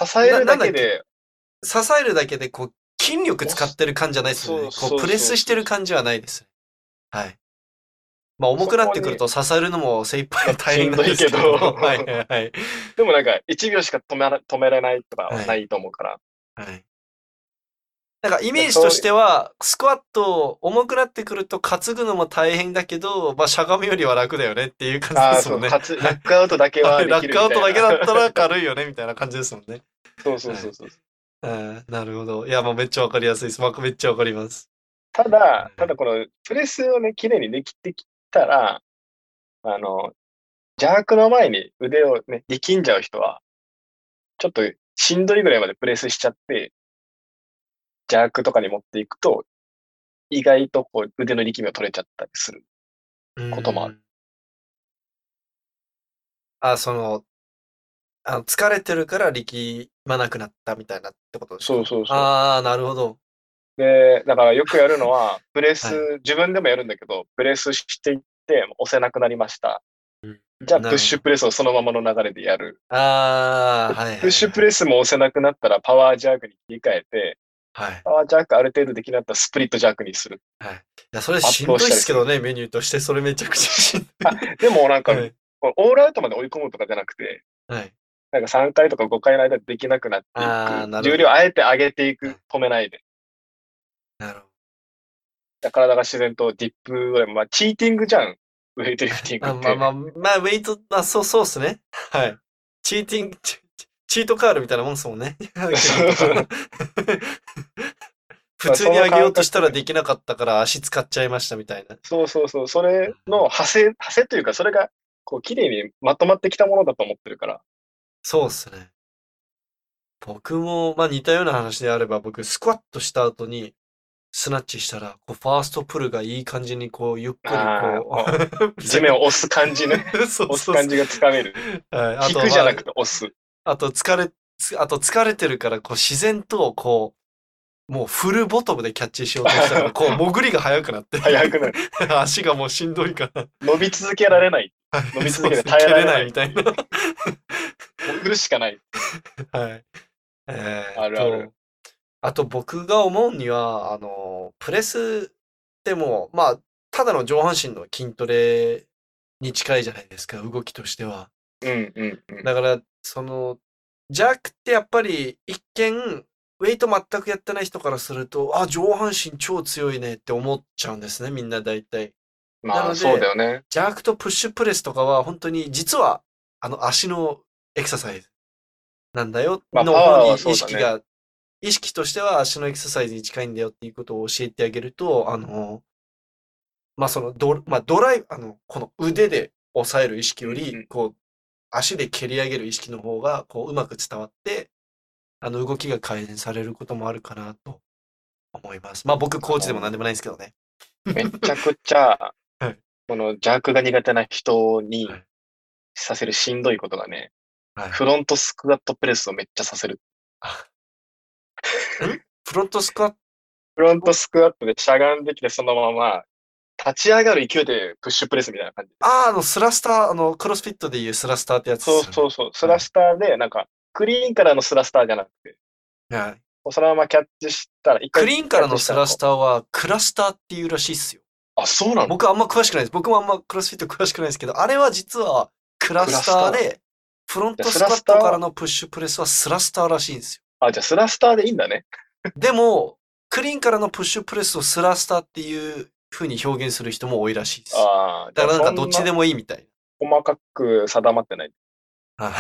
支えるだけなで、支えるだけでこう筋力使ってる感じじゃないですよね。そこうそううプレスしてる感じはないです。はい。まあ重くなってくると支えるのも精一杯大変なんですけど。しんどいけど はいはいはい。でもなんか、1秒しか止めら止めれないとかははいないと思うから。はい。なんかイメージとしては、スクワット重くなってくると担ぐのも大変だけど、まあしゃがむよりは楽だよねっていうあ感あじ ですー、そもう、んね。ラックアウトだけははでい ラきッるクみたアいウトだけだったな。ら軽いよねみたいな感じですもんね。そうそうそうそう。うん、なるほど。いや、もうめっちゃわかりやすいです。まあめっちゃわかります。ただ、ただこの、プレスをね、綺麗にできてきたら、あの、邪悪の前に腕をね、力んじゃう人は、ちょっとしんどいぐらいまでプレスしちゃって、邪悪とかに持っていくと、意外とこう腕の力みを取れちゃったりする。こともあるうん。あ、その、あの疲れてるから力まなくなったみたいなってことですかそうそうそうああ、なるほど。で、だからよくやるのは、プレス、自分でもやるんだけど、プレスしていって、押せなくなりました。じゃあ、なるほどプッシュプレスをそのままの流れでやる。ああ、はいはい、はい。プッシュプレスも押せなくなったらパワージャークに切り替えて、はい。いパワージャークある程度できなかったらスプリットジャークにする。や、それしんどいっすけどね、メニューとして、それめちゃくちゃしんでもなんどか、い。はい。こうオールアウトまで追い込むとかじゃなくて、はい、なんか3回とか5回の間でできなくなっていあーなるほどく。重量あえて上げていく。止めないで。なるほど。体が自然とディップぐらい。まあ、チーティングじゃん。ウェイトリフティングあって。まあまあ、まあ、ウェイト、あ、そう、そうっすね。はい。チーティング、チチチートカールみたいなもんですもん ね。そう普通に上げようとしたらできなかったから足使っちゃいましたみたいな。そうそうそう。それの派生、派生というか、それが、こう、綺麗にまとまってきたものだと思ってるから。そうっすね。僕も、まあ似たような話であれば、僕、スクワットした後に、スナッチしたら、こう、ファーストプルがいい感じに、こう、ゆっくり、こあ う、地面を押す感じね。そう押すそうそう感じがつかめる。はい、あ引と、くじゃなくまて押す。あ、あと疲れ、つあと疲れてるから、こう、自然と、こう、もうフルボトムでキャッチしようとした から、こう、潜りが速くなって。早くなる。 足がもうしんどいから。伸び続けられない。伸び続けて耐えられないそうですね蹴れないみ潜るしかない。たいな。はい。えー、あるあると。あと僕が思うには、あの、プレスってもう、まあ、ただの上半身の筋トレに近いじゃないですか、動きとしては。うんうんうん。だから、その、ジャークってやっぱり一見、ウェイト全くやってない人からすると、あ、上半身超強いねって思っちゃうんですね、みんな大体。なまのあでそうだよね。ジャークとプッシュプレスとかは本当に実はあの足のエクササイズなんだよまあのパワー方には意そうだね識が、意識としては足のエクササイズに近いんだよっていうことを教えてあげると、あの、まあそのド,、まあ、ドライブ、あの、この腕で抑える意識ようんうんり、こう、足で蹴り上げる意識の方が、こう、うまく伝わって、あの、動きが改善されることもあるかなと思います。まあ僕、コーチでも何でもないんですけ どね。めちゃくちゃはい、この邪悪が苦手な人にはいさせるしんどいことがね、はいフロントスクワットプレスをめっちゃさせる。フロントスクワットフロントスクワットでしゃがんできてそのまま立ち上がる勢いでプッシュプレスみたいな感じ。ああ、あの、スラスター、あの、クロスフィットでいうスラスターってやつですそようねそうそう。スラスターで、なんか、クリーンからのスラスターじゃなくて、はいそのままキャッチしたら、一回クリーンからのスラスタターは、クラスターっていうらしいっすよ。ー。あ、そうなの僕あんま詳しくないです。僕もあんまクロスフィット詳しくないですけど、あれは実は、クラスターで、フロントスクワットからのプッシュプレスはスラスターらしいんですあ、じゃあスラスターでいいんだね。よ。でも、クリーンからのプッシュプレスをスラスターっていう風に表現する人も多いらしいです。ああ、だからなんかどっちでも。もいいみたいそんな細かく定まってない。な。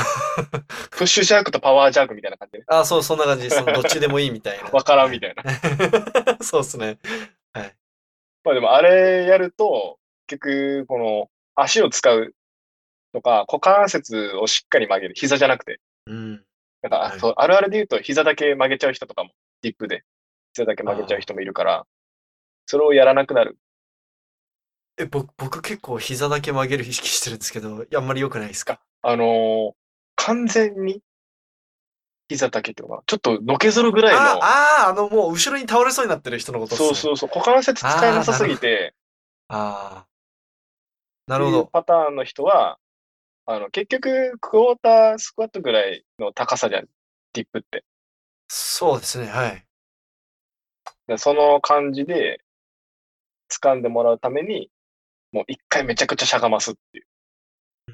プッシュジャークとパワージャークみたいな感じね。ああ、そう、そんな感じです。そのどっちでもいいみたいな。 わからんみたいな。 そうですね。はい。まあでもあれやると、結局、この足を使うとか、股関節をしっかり曲げる。膝じゃなくて。うん。なんか、はいそうあるあるで言うと、膝だけ曲げちゃう人とかも、ディップで、膝だけ曲げちゃう人もいるから、それをやらなくなる。え、僕、僕結構膝だけ曲げる意識してるんですけど、いやあんまり良くないですかあのー完全に、膝だけっていうのかなちょっとのけぞるぐらいの、あ、あーあのもう後ろに倒れそうになってる人のことっすねそうそうそう、股関節使えなさすぎて、ああ。なるほっていうど。パターンの人は、あの、結局、クォータースクワットぐらいの高さじゃん、ディップって。そうですね、はい。でその感じで、掴んでもらうために、もう一回めちゃくちゃしゃがますっていう。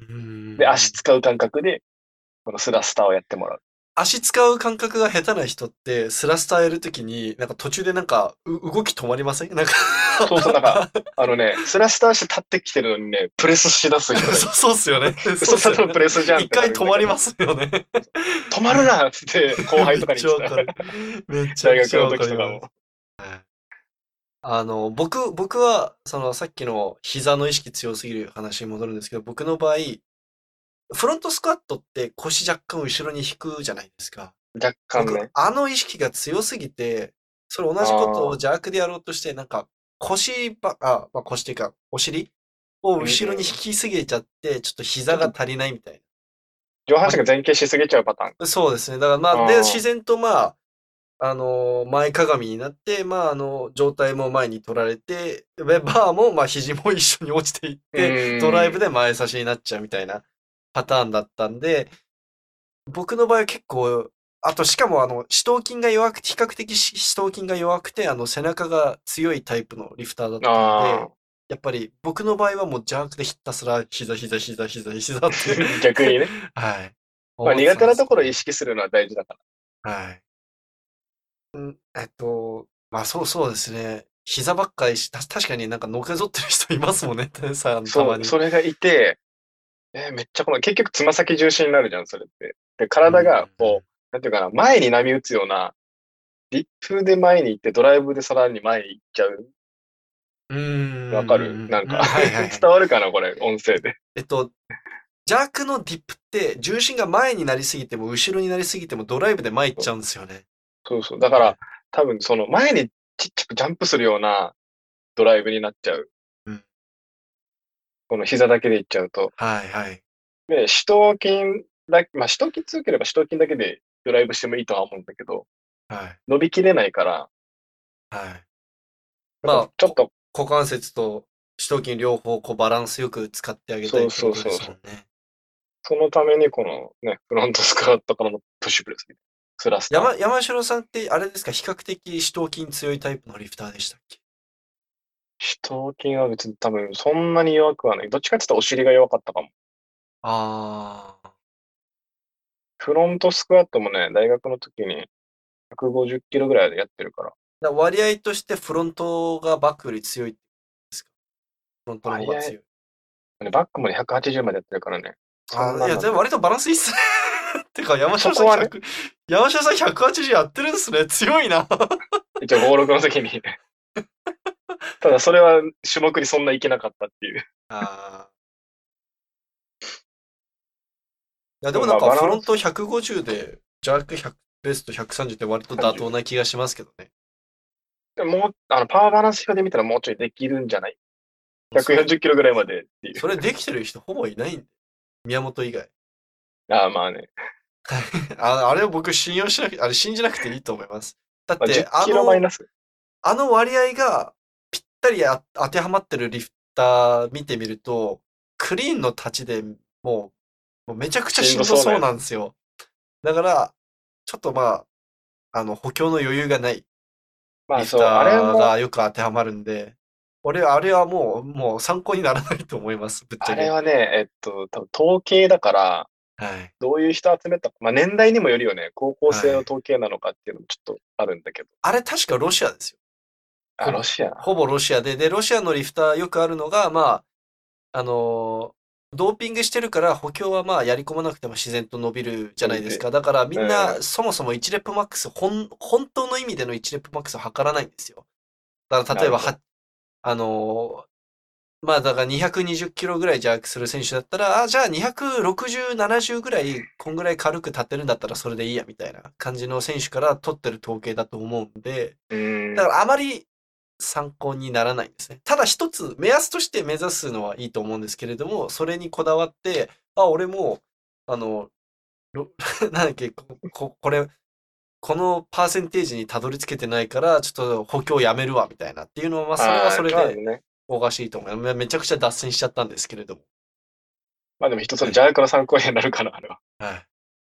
うんで、足。使う感覚で、このスラスターをやってもらう。。足使う感覚が下手な人って、スラスターやるときに、なんか途中でなんか、う動き止まりませんなんかそうそうな んか。あのね、スラスターして立ってきてるのにね、プレスしだす人がい るそうそうっすよね。そうっ嘘すだよとねプレスじゃんっ一てなる回んだけど。止まりますよね。止まるなっつって後輩とかめっにちゃ 言っわてかたる。めっちゃ大わ学かりのます時とかも。あの、僕、僕は、その、さっきの膝の意識強すぎる話に戻るんですけど、僕の場合、フロントスクワットって腰若干後ろに引くじゃないですか。若干ね僕。あの意識が強すぎて、それ同じことを邪悪でやろうとして、なんか、腰ば、あ、まあ、腰っていうか、お尻を後ろに引きすぎちゃって、ちょっと膝が足りないみたいな。上半身が前傾しすぎちゃうパターン。そうですね。だからまあ、あーで、自然とまあ、あのー前かがみになって、まあ、あの、上体も前に取られて、でバーも、まあ、肘も一緒に落ちていって、うんドライブで前差しになっちゃうみたいなパターンだったんで、僕の場合は結構、あと、しかも、あの、四頭筋が弱くて、比較的し四頭筋が弱くて、あの、背中が強いタイプのリフターだったんあで、やっぱり、僕の場合はもう邪悪でひたすら、膝、膝、膝、膝、膝ってあ、 逆にね。はい。まあ、苦手なところを一意識するのは大事だから。はい。うん、えっと、まあそうそうですね。膝ばっかりし、た確かになんかのけぞってる人いますもんね、 店員さんたそまう、に。それがいて、えーめっちゃこの、結局つま先重心になるじゃん、それって。で、体がこう、なんていうかな、前に波打つような、リップで前に行って、ドライブでさらに前に行っちゃう。うーん。わかるなんうか、はいはいはい 伝わるかな、これ、音声で。えっと、邪悪のディップって、重心が前になりすぎても、後ろになりすぎても、ドライブで前行っちゃうんですよね。そうそう。だから、多分その前にちっちゃくジャンプするようなドライブになっちゃう。うんこの膝だけでいっちゃうと。はいはい。で、四頭筋だけ、まあ、四頭筋強ければ四頭筋だけでドライブしてもいいとは思うんだけど、はい。伸びきれないから、はい。ままああ、ちょっと、股関節と四頭筋両方こうバランスよく使ってあげたいってことですもんね。そのためにこのね、フロントスクワットからのプッシュプレス、スラスター。山、山城さんってあれですか、比較的四頭筋強いタイプのリフターでしたっけ四頭筋は別に多分そんなに弱くはない。どっちかって言ったらお尻が弱かったかも。ああ、フロントスクワットもね、大学の時に150キロぐらいでやってるから。だから割合としてフロントがバックより強いですかフロントの方が強い。ねバックもね、180までやってるからね。あそんーないんや、だでも割とバランスいいっすね。 てか、山城さそんこはね100、山城さん180やってるんですね。強いな。一応、登録の 時に。ただ、それは種目にそんないけなかったっていう。ああ。いや、でもなまあんかバランスフロント150で、ジャーク100、ベスト130って割と妥当な気がしますけどね。でももう、あの、パワーバランス表で見たらもうちょいできるんじゃない ?140 キロぐらいまでっていう。 それできてる人ほぼいないんで。宮本以外。ああ、まあね。 ああれを僕信用しなく、あれ信じなくていいと思います。だっまあ、て、 10あキロマイの、ナス。あの割合がぴったりあ当てはまってるリフター見てみると、クリーンの立ちでもう、もうめちゃくちゃしんどそうなんですよ。だから、ちょっとまあ、あの、補強の余裕がない。まリあ、フそタう、あれーも、がよく当てはまるんで、俺、あれはもう、もう参考にならないと思います、ぶっちあゃれけ。はね、えっと、多分統計だから、はい。どういう人集めたか、まあ、年代にもよるよね。高校生はのい統計なのかっていうのもちょっとあるんだけど。あれ確かロシアですよ。あ、ロシアな。ほぼロシアで、で、ロシアのリフターよくあるのが、まあ、あのードーピングしてるから補強はまあやり込まなくても自然と伸びるじゃないですか。だからみんうなそもそも1レップマックス、ほん、本当の意味での1レップマックスを測らないんですよ。だから例えばなるは、あのーまあだから220キロぐらい弱する選手だったら、あ、じゃあ260、70ぐらい、こんぐらい軽く立てるんだったらそれでいいやみたいな感じの選手から取ってる統計だと思うんで、うーん。だからあまり参考にならないんですね。ただ一つ目安として目指すのはいいと思うんですけれども、それにこだわって、あ、俺も、あの、ろ なんだっけ、こここれ、このパーセンテージにたどり着けてないから、ちょっと補強やめるわ、みたいなっていうのは、まあ、それはそれあーまあでね。おかしいと思う。めめちゃくちゃ脱線しちゃったんですけれども。まあでも一つの邪悪の参考になるから、あれは。はい。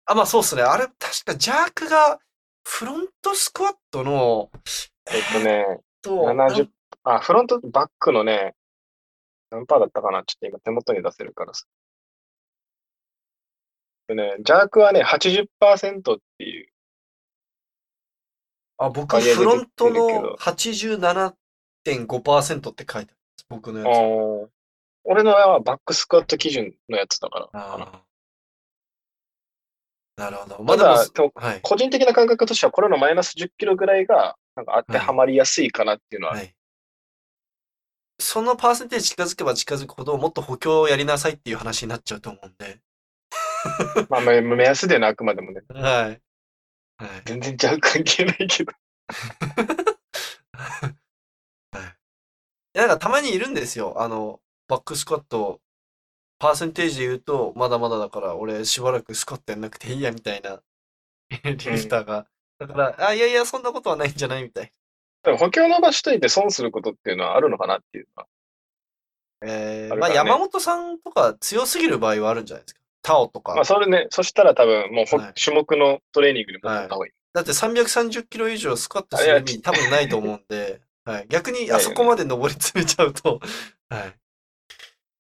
あ、まあそうっすね。あれ、確かジャークが、フロントスクワットの、えっとね、と、 70あ、フロント、バックのね、何パーだったかなちょっと今手元に出せるからさ。でね、邪悪はね、80%っていう。あ、僕、割合でフロント出てるけのど87.5%って書いてあります。僕のやつ。あー俺のはバックスクワット基準のやつだから。あーなるほど。ままあでもだ、す、でもはい。個人的な感覚としては、これのマイナス10キロぐらいが、なんか当てはまりやすいかなっていうのは、はい。そのパーセンテージ近づけば近づくほど、もっと補強をやりなさいっていう話になっちゃうと思うんで。まあ、まあ目安ではなあくまでもね、はい。はい。全然若干関係ないけど。いやなんかたまにいるんですよ。あの、バックスクワット、パーセンテージで言うと、まだまだだから、俺しばらくスクワットやんなくていいや、みたい な、リフターが。だから、あ、いやいや、そんなことはないんじゃないみたいでも補強伸ばしといて損することっていうのはあるのかなっていうのは。な。えーあるまかあ、らね山本さんとか強すぎる場合はあるんじゃないですか。タオとか。まあ、それね、そしたら多分、もうほ、はい種目のトレーニングに持ってった方がいい。だって330キロ以上スクワットすあるい意や味多分ないと思うん で、はい。逆によあねそこまで登り詰めちゃうと、 はい。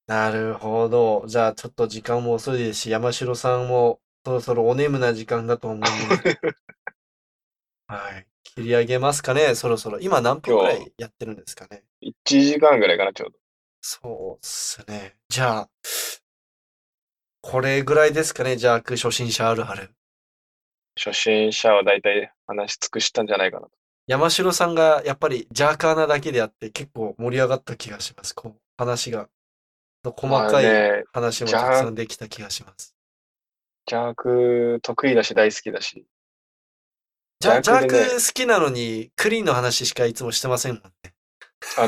なるほど。じゃあちょっと時間も遅いですし、山城さんもそろそろお眠な時間だと思うので、 はい。切り上げますかね、そろそろ。今何分くらいやってるんですかね。 1時間ぐらいかな、ちょうど。そうっすね。じゃあ、これぐらいですかね、じゃあ、初心者あるある。初心者は大体話し尽くしたんじゃないかなと。山城さんがやっぱりジャーカーなだけであって結構盛り上がった気がします。こう話が。細かまあいね、話もジャたーくさんできた気がします。邪悪得意だし、大好きだし。ジャジャークジャでーねク好きなのにクリーンの話しかいつもしてませんもん ね。あ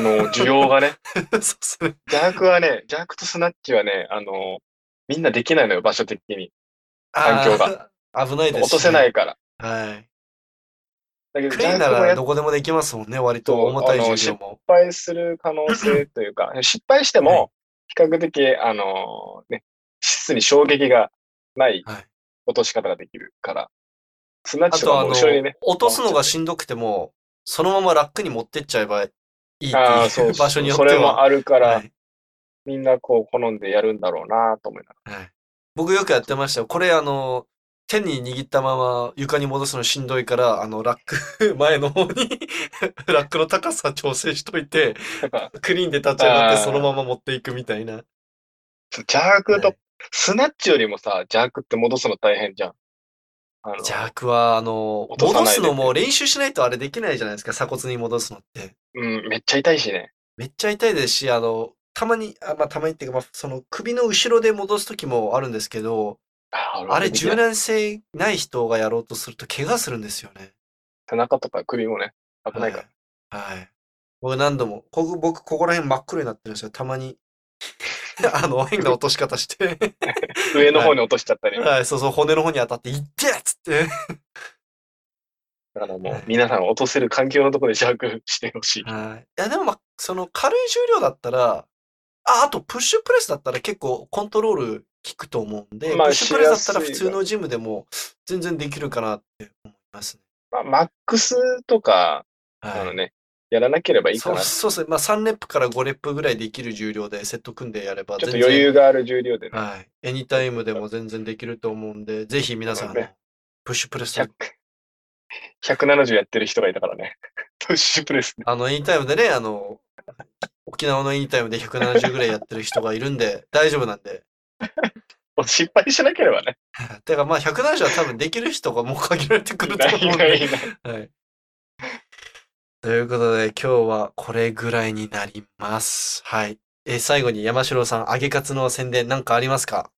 の、需要がね、そうっすね。邪悪はね、邪悪とスナッチはね、あの、みんなできないのよ、場所的に。環境が。危ないです、ね。落とせないから。はい。だけど、クジリーャンンなクもやらっどこでもできますもんね、割と重たいそうあの重量も。失敗する可能性 というか、失敗してはも、比較的、あの、ね、質に衝撃がないはい落とし方ができるから、スナッあチととかあもの、う後ろにね、落とすのがしんどくても、そのまま楽に持ってっちゃえばいいってああ、そいうう 場所によっそてれもは。あるかはら、いみんなこう好んでやるんだろうなと思いながはい僕よくやってましたよ。これあの、手に握ったまま床に戻すのしんどいから、あの、ラック 前の方にラックの高さ調整しといて、ら。だから、クリーンで立ち上がっあてーそのまま持っていくみたいな。 ジャークはとい、スナッチよりもさ、ジャークって戻すの大変じゃん。あの、邪悪は、あの、落とさ戻ないすでのも練習しないとあれできないじゃないですか、鎖骨に戻すのって。うん、めっちゃ痛いしね。めっちゃ痛いですし、あの、たまに、あまあ、たまにっていうか、まあ、その首の後ろで戻す時もあるんですけど、ああれ俺柔軟性ない人がやろうとすると怪我するんですよね。背中とか首もね、危 ないから。はい。はい。僕何度も、ここ、僕、ここら辺真っ黒になってるんですよ。たま に。あの、変な落とし方して。上の方に落としちゃったり。はい、そうそう、骨の方に当たって、いってっつって。だからもう、皆さん落とせる環境のところでジャークしてほしい。はい。いや、でも、まあ、その軽い重量だったら、あ、あと、プッシュプレスだったら結構コントロール効くと思うんで、まあプッシュプレスだったらし普やすい通がのジムでも全然できるかなって思いますね。まあ、マックスとか、はい。あのね、やらなければいいかそうな。ちそうですね。まあ、3レップから5レップぐらいできる重量でセット組んでやれば、ょっと全然余裕がある重量でね。はい。エニタイムでも全然できると思うんで、ぜひ皆さん、あそうのですプッシュプレス100、170やってる人がいたからね。 プッシュプレスね。あの、エニタイムでね、あの、沖縄のエニタイムで170ぐらいやってる人がいるんで、 大丈夫なんで。もう失敗しなければね。てか、まあ、170は多分できる人がもう限られてくるとない思うんないで。ない。はい。ということで、今日はこれぐらいになります。はい。え、最後に山城さん、揚げカツの宣伝なんかありますか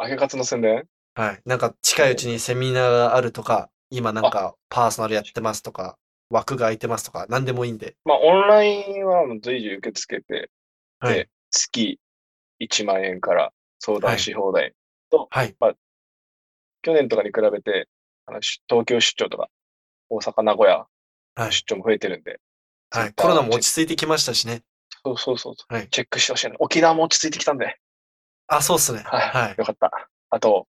揚げカツの宣伝はい。なんか近いうちにセミナーがあるとか、今なんかパーソナルやってますとか、枠が空いてますとか、何でもいいんで。まあ、オンラインはもう随時受け付けて、はいで月1万円から相談し放題と、はい。去年とかに比べて、あのし東京出張とか、大阪、名古屋はい出張も増えてるんで、はい。 Twitter コロナも落ち着いてきましたしね。そうそうそうそう、はいチェックしてほしいな。沖縄も落ち着いてきたんで、あ、そうっすね。はいはい。よかった。あと、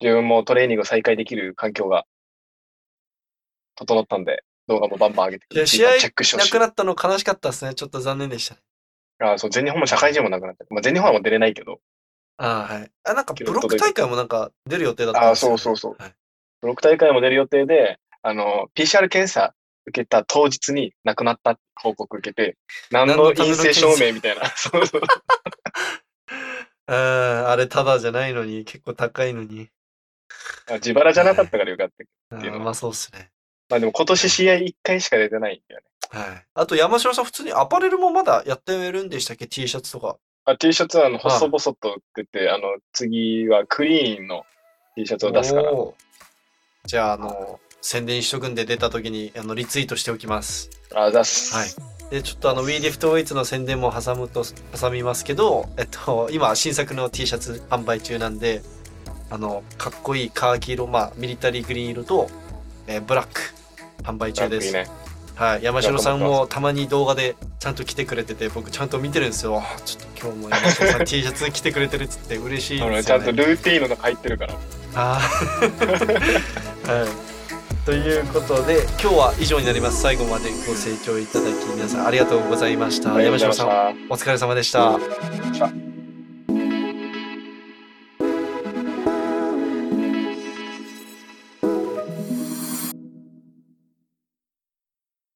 自分もトレーニングを再開できる環境が整ったんで、動画もバンバン上げて、いや Twitter チェックしてほなしいく。なったの悲しかったですね。ちょっと残念でしたね。あそう全日本も社会人もなくなって、まあ、全日本はもう出れないけど、あーはい。あ、なんか記ブロ録ック大会もなんか出る予定だったんあですよねそうそうそう。はいブロック大会も出る予定で、あの、PCR 検査受けた当日に亡くなった報告受けて、何何ののため陰の性検査証明みたいな。そうそううん、あれただじゃないのに、結構高いのに。あ自腹じゃなかったからよかった。あっていうのーはまあそうっすね。まあでも今年試合1回しか出てないんだよね。はい。あと山城さん、普通にアパレルもまだやってるんでしたっけ ?T シャツとか。あ、T シャツはあの、はい細々と売ってて、あの、次はクリーンの T シャツを出すから。おーじゃあ、あの、宣伝しとくんで出た時に、あの、リツイートしておきます。あ、出す。はい。で、ちょっとあの、We Lift Weights の宣伝も挟むと、挟みますけど、えっと、今、新作の T シャツ販売中なんで、あの、かっこいいカーキ色、まあ、ミリタリーグリーン色と、えーブラック、販売中です。ね。はい、山城さんもたまに動画でちゃんと来てくれてて、僕ちゃんと見てるんですよ。あーちょっと今日も山城さん T シャツ着てくれてるっつって嬉しいあのでちすゃよんとね。ルーティーンの中入ってるから。あーはい。ということで、今日は以上になります。最後までご清聴いただき、皆さんありがとうございました。あり山がとうご城ざさいん、ました。お疲れ様でした。でした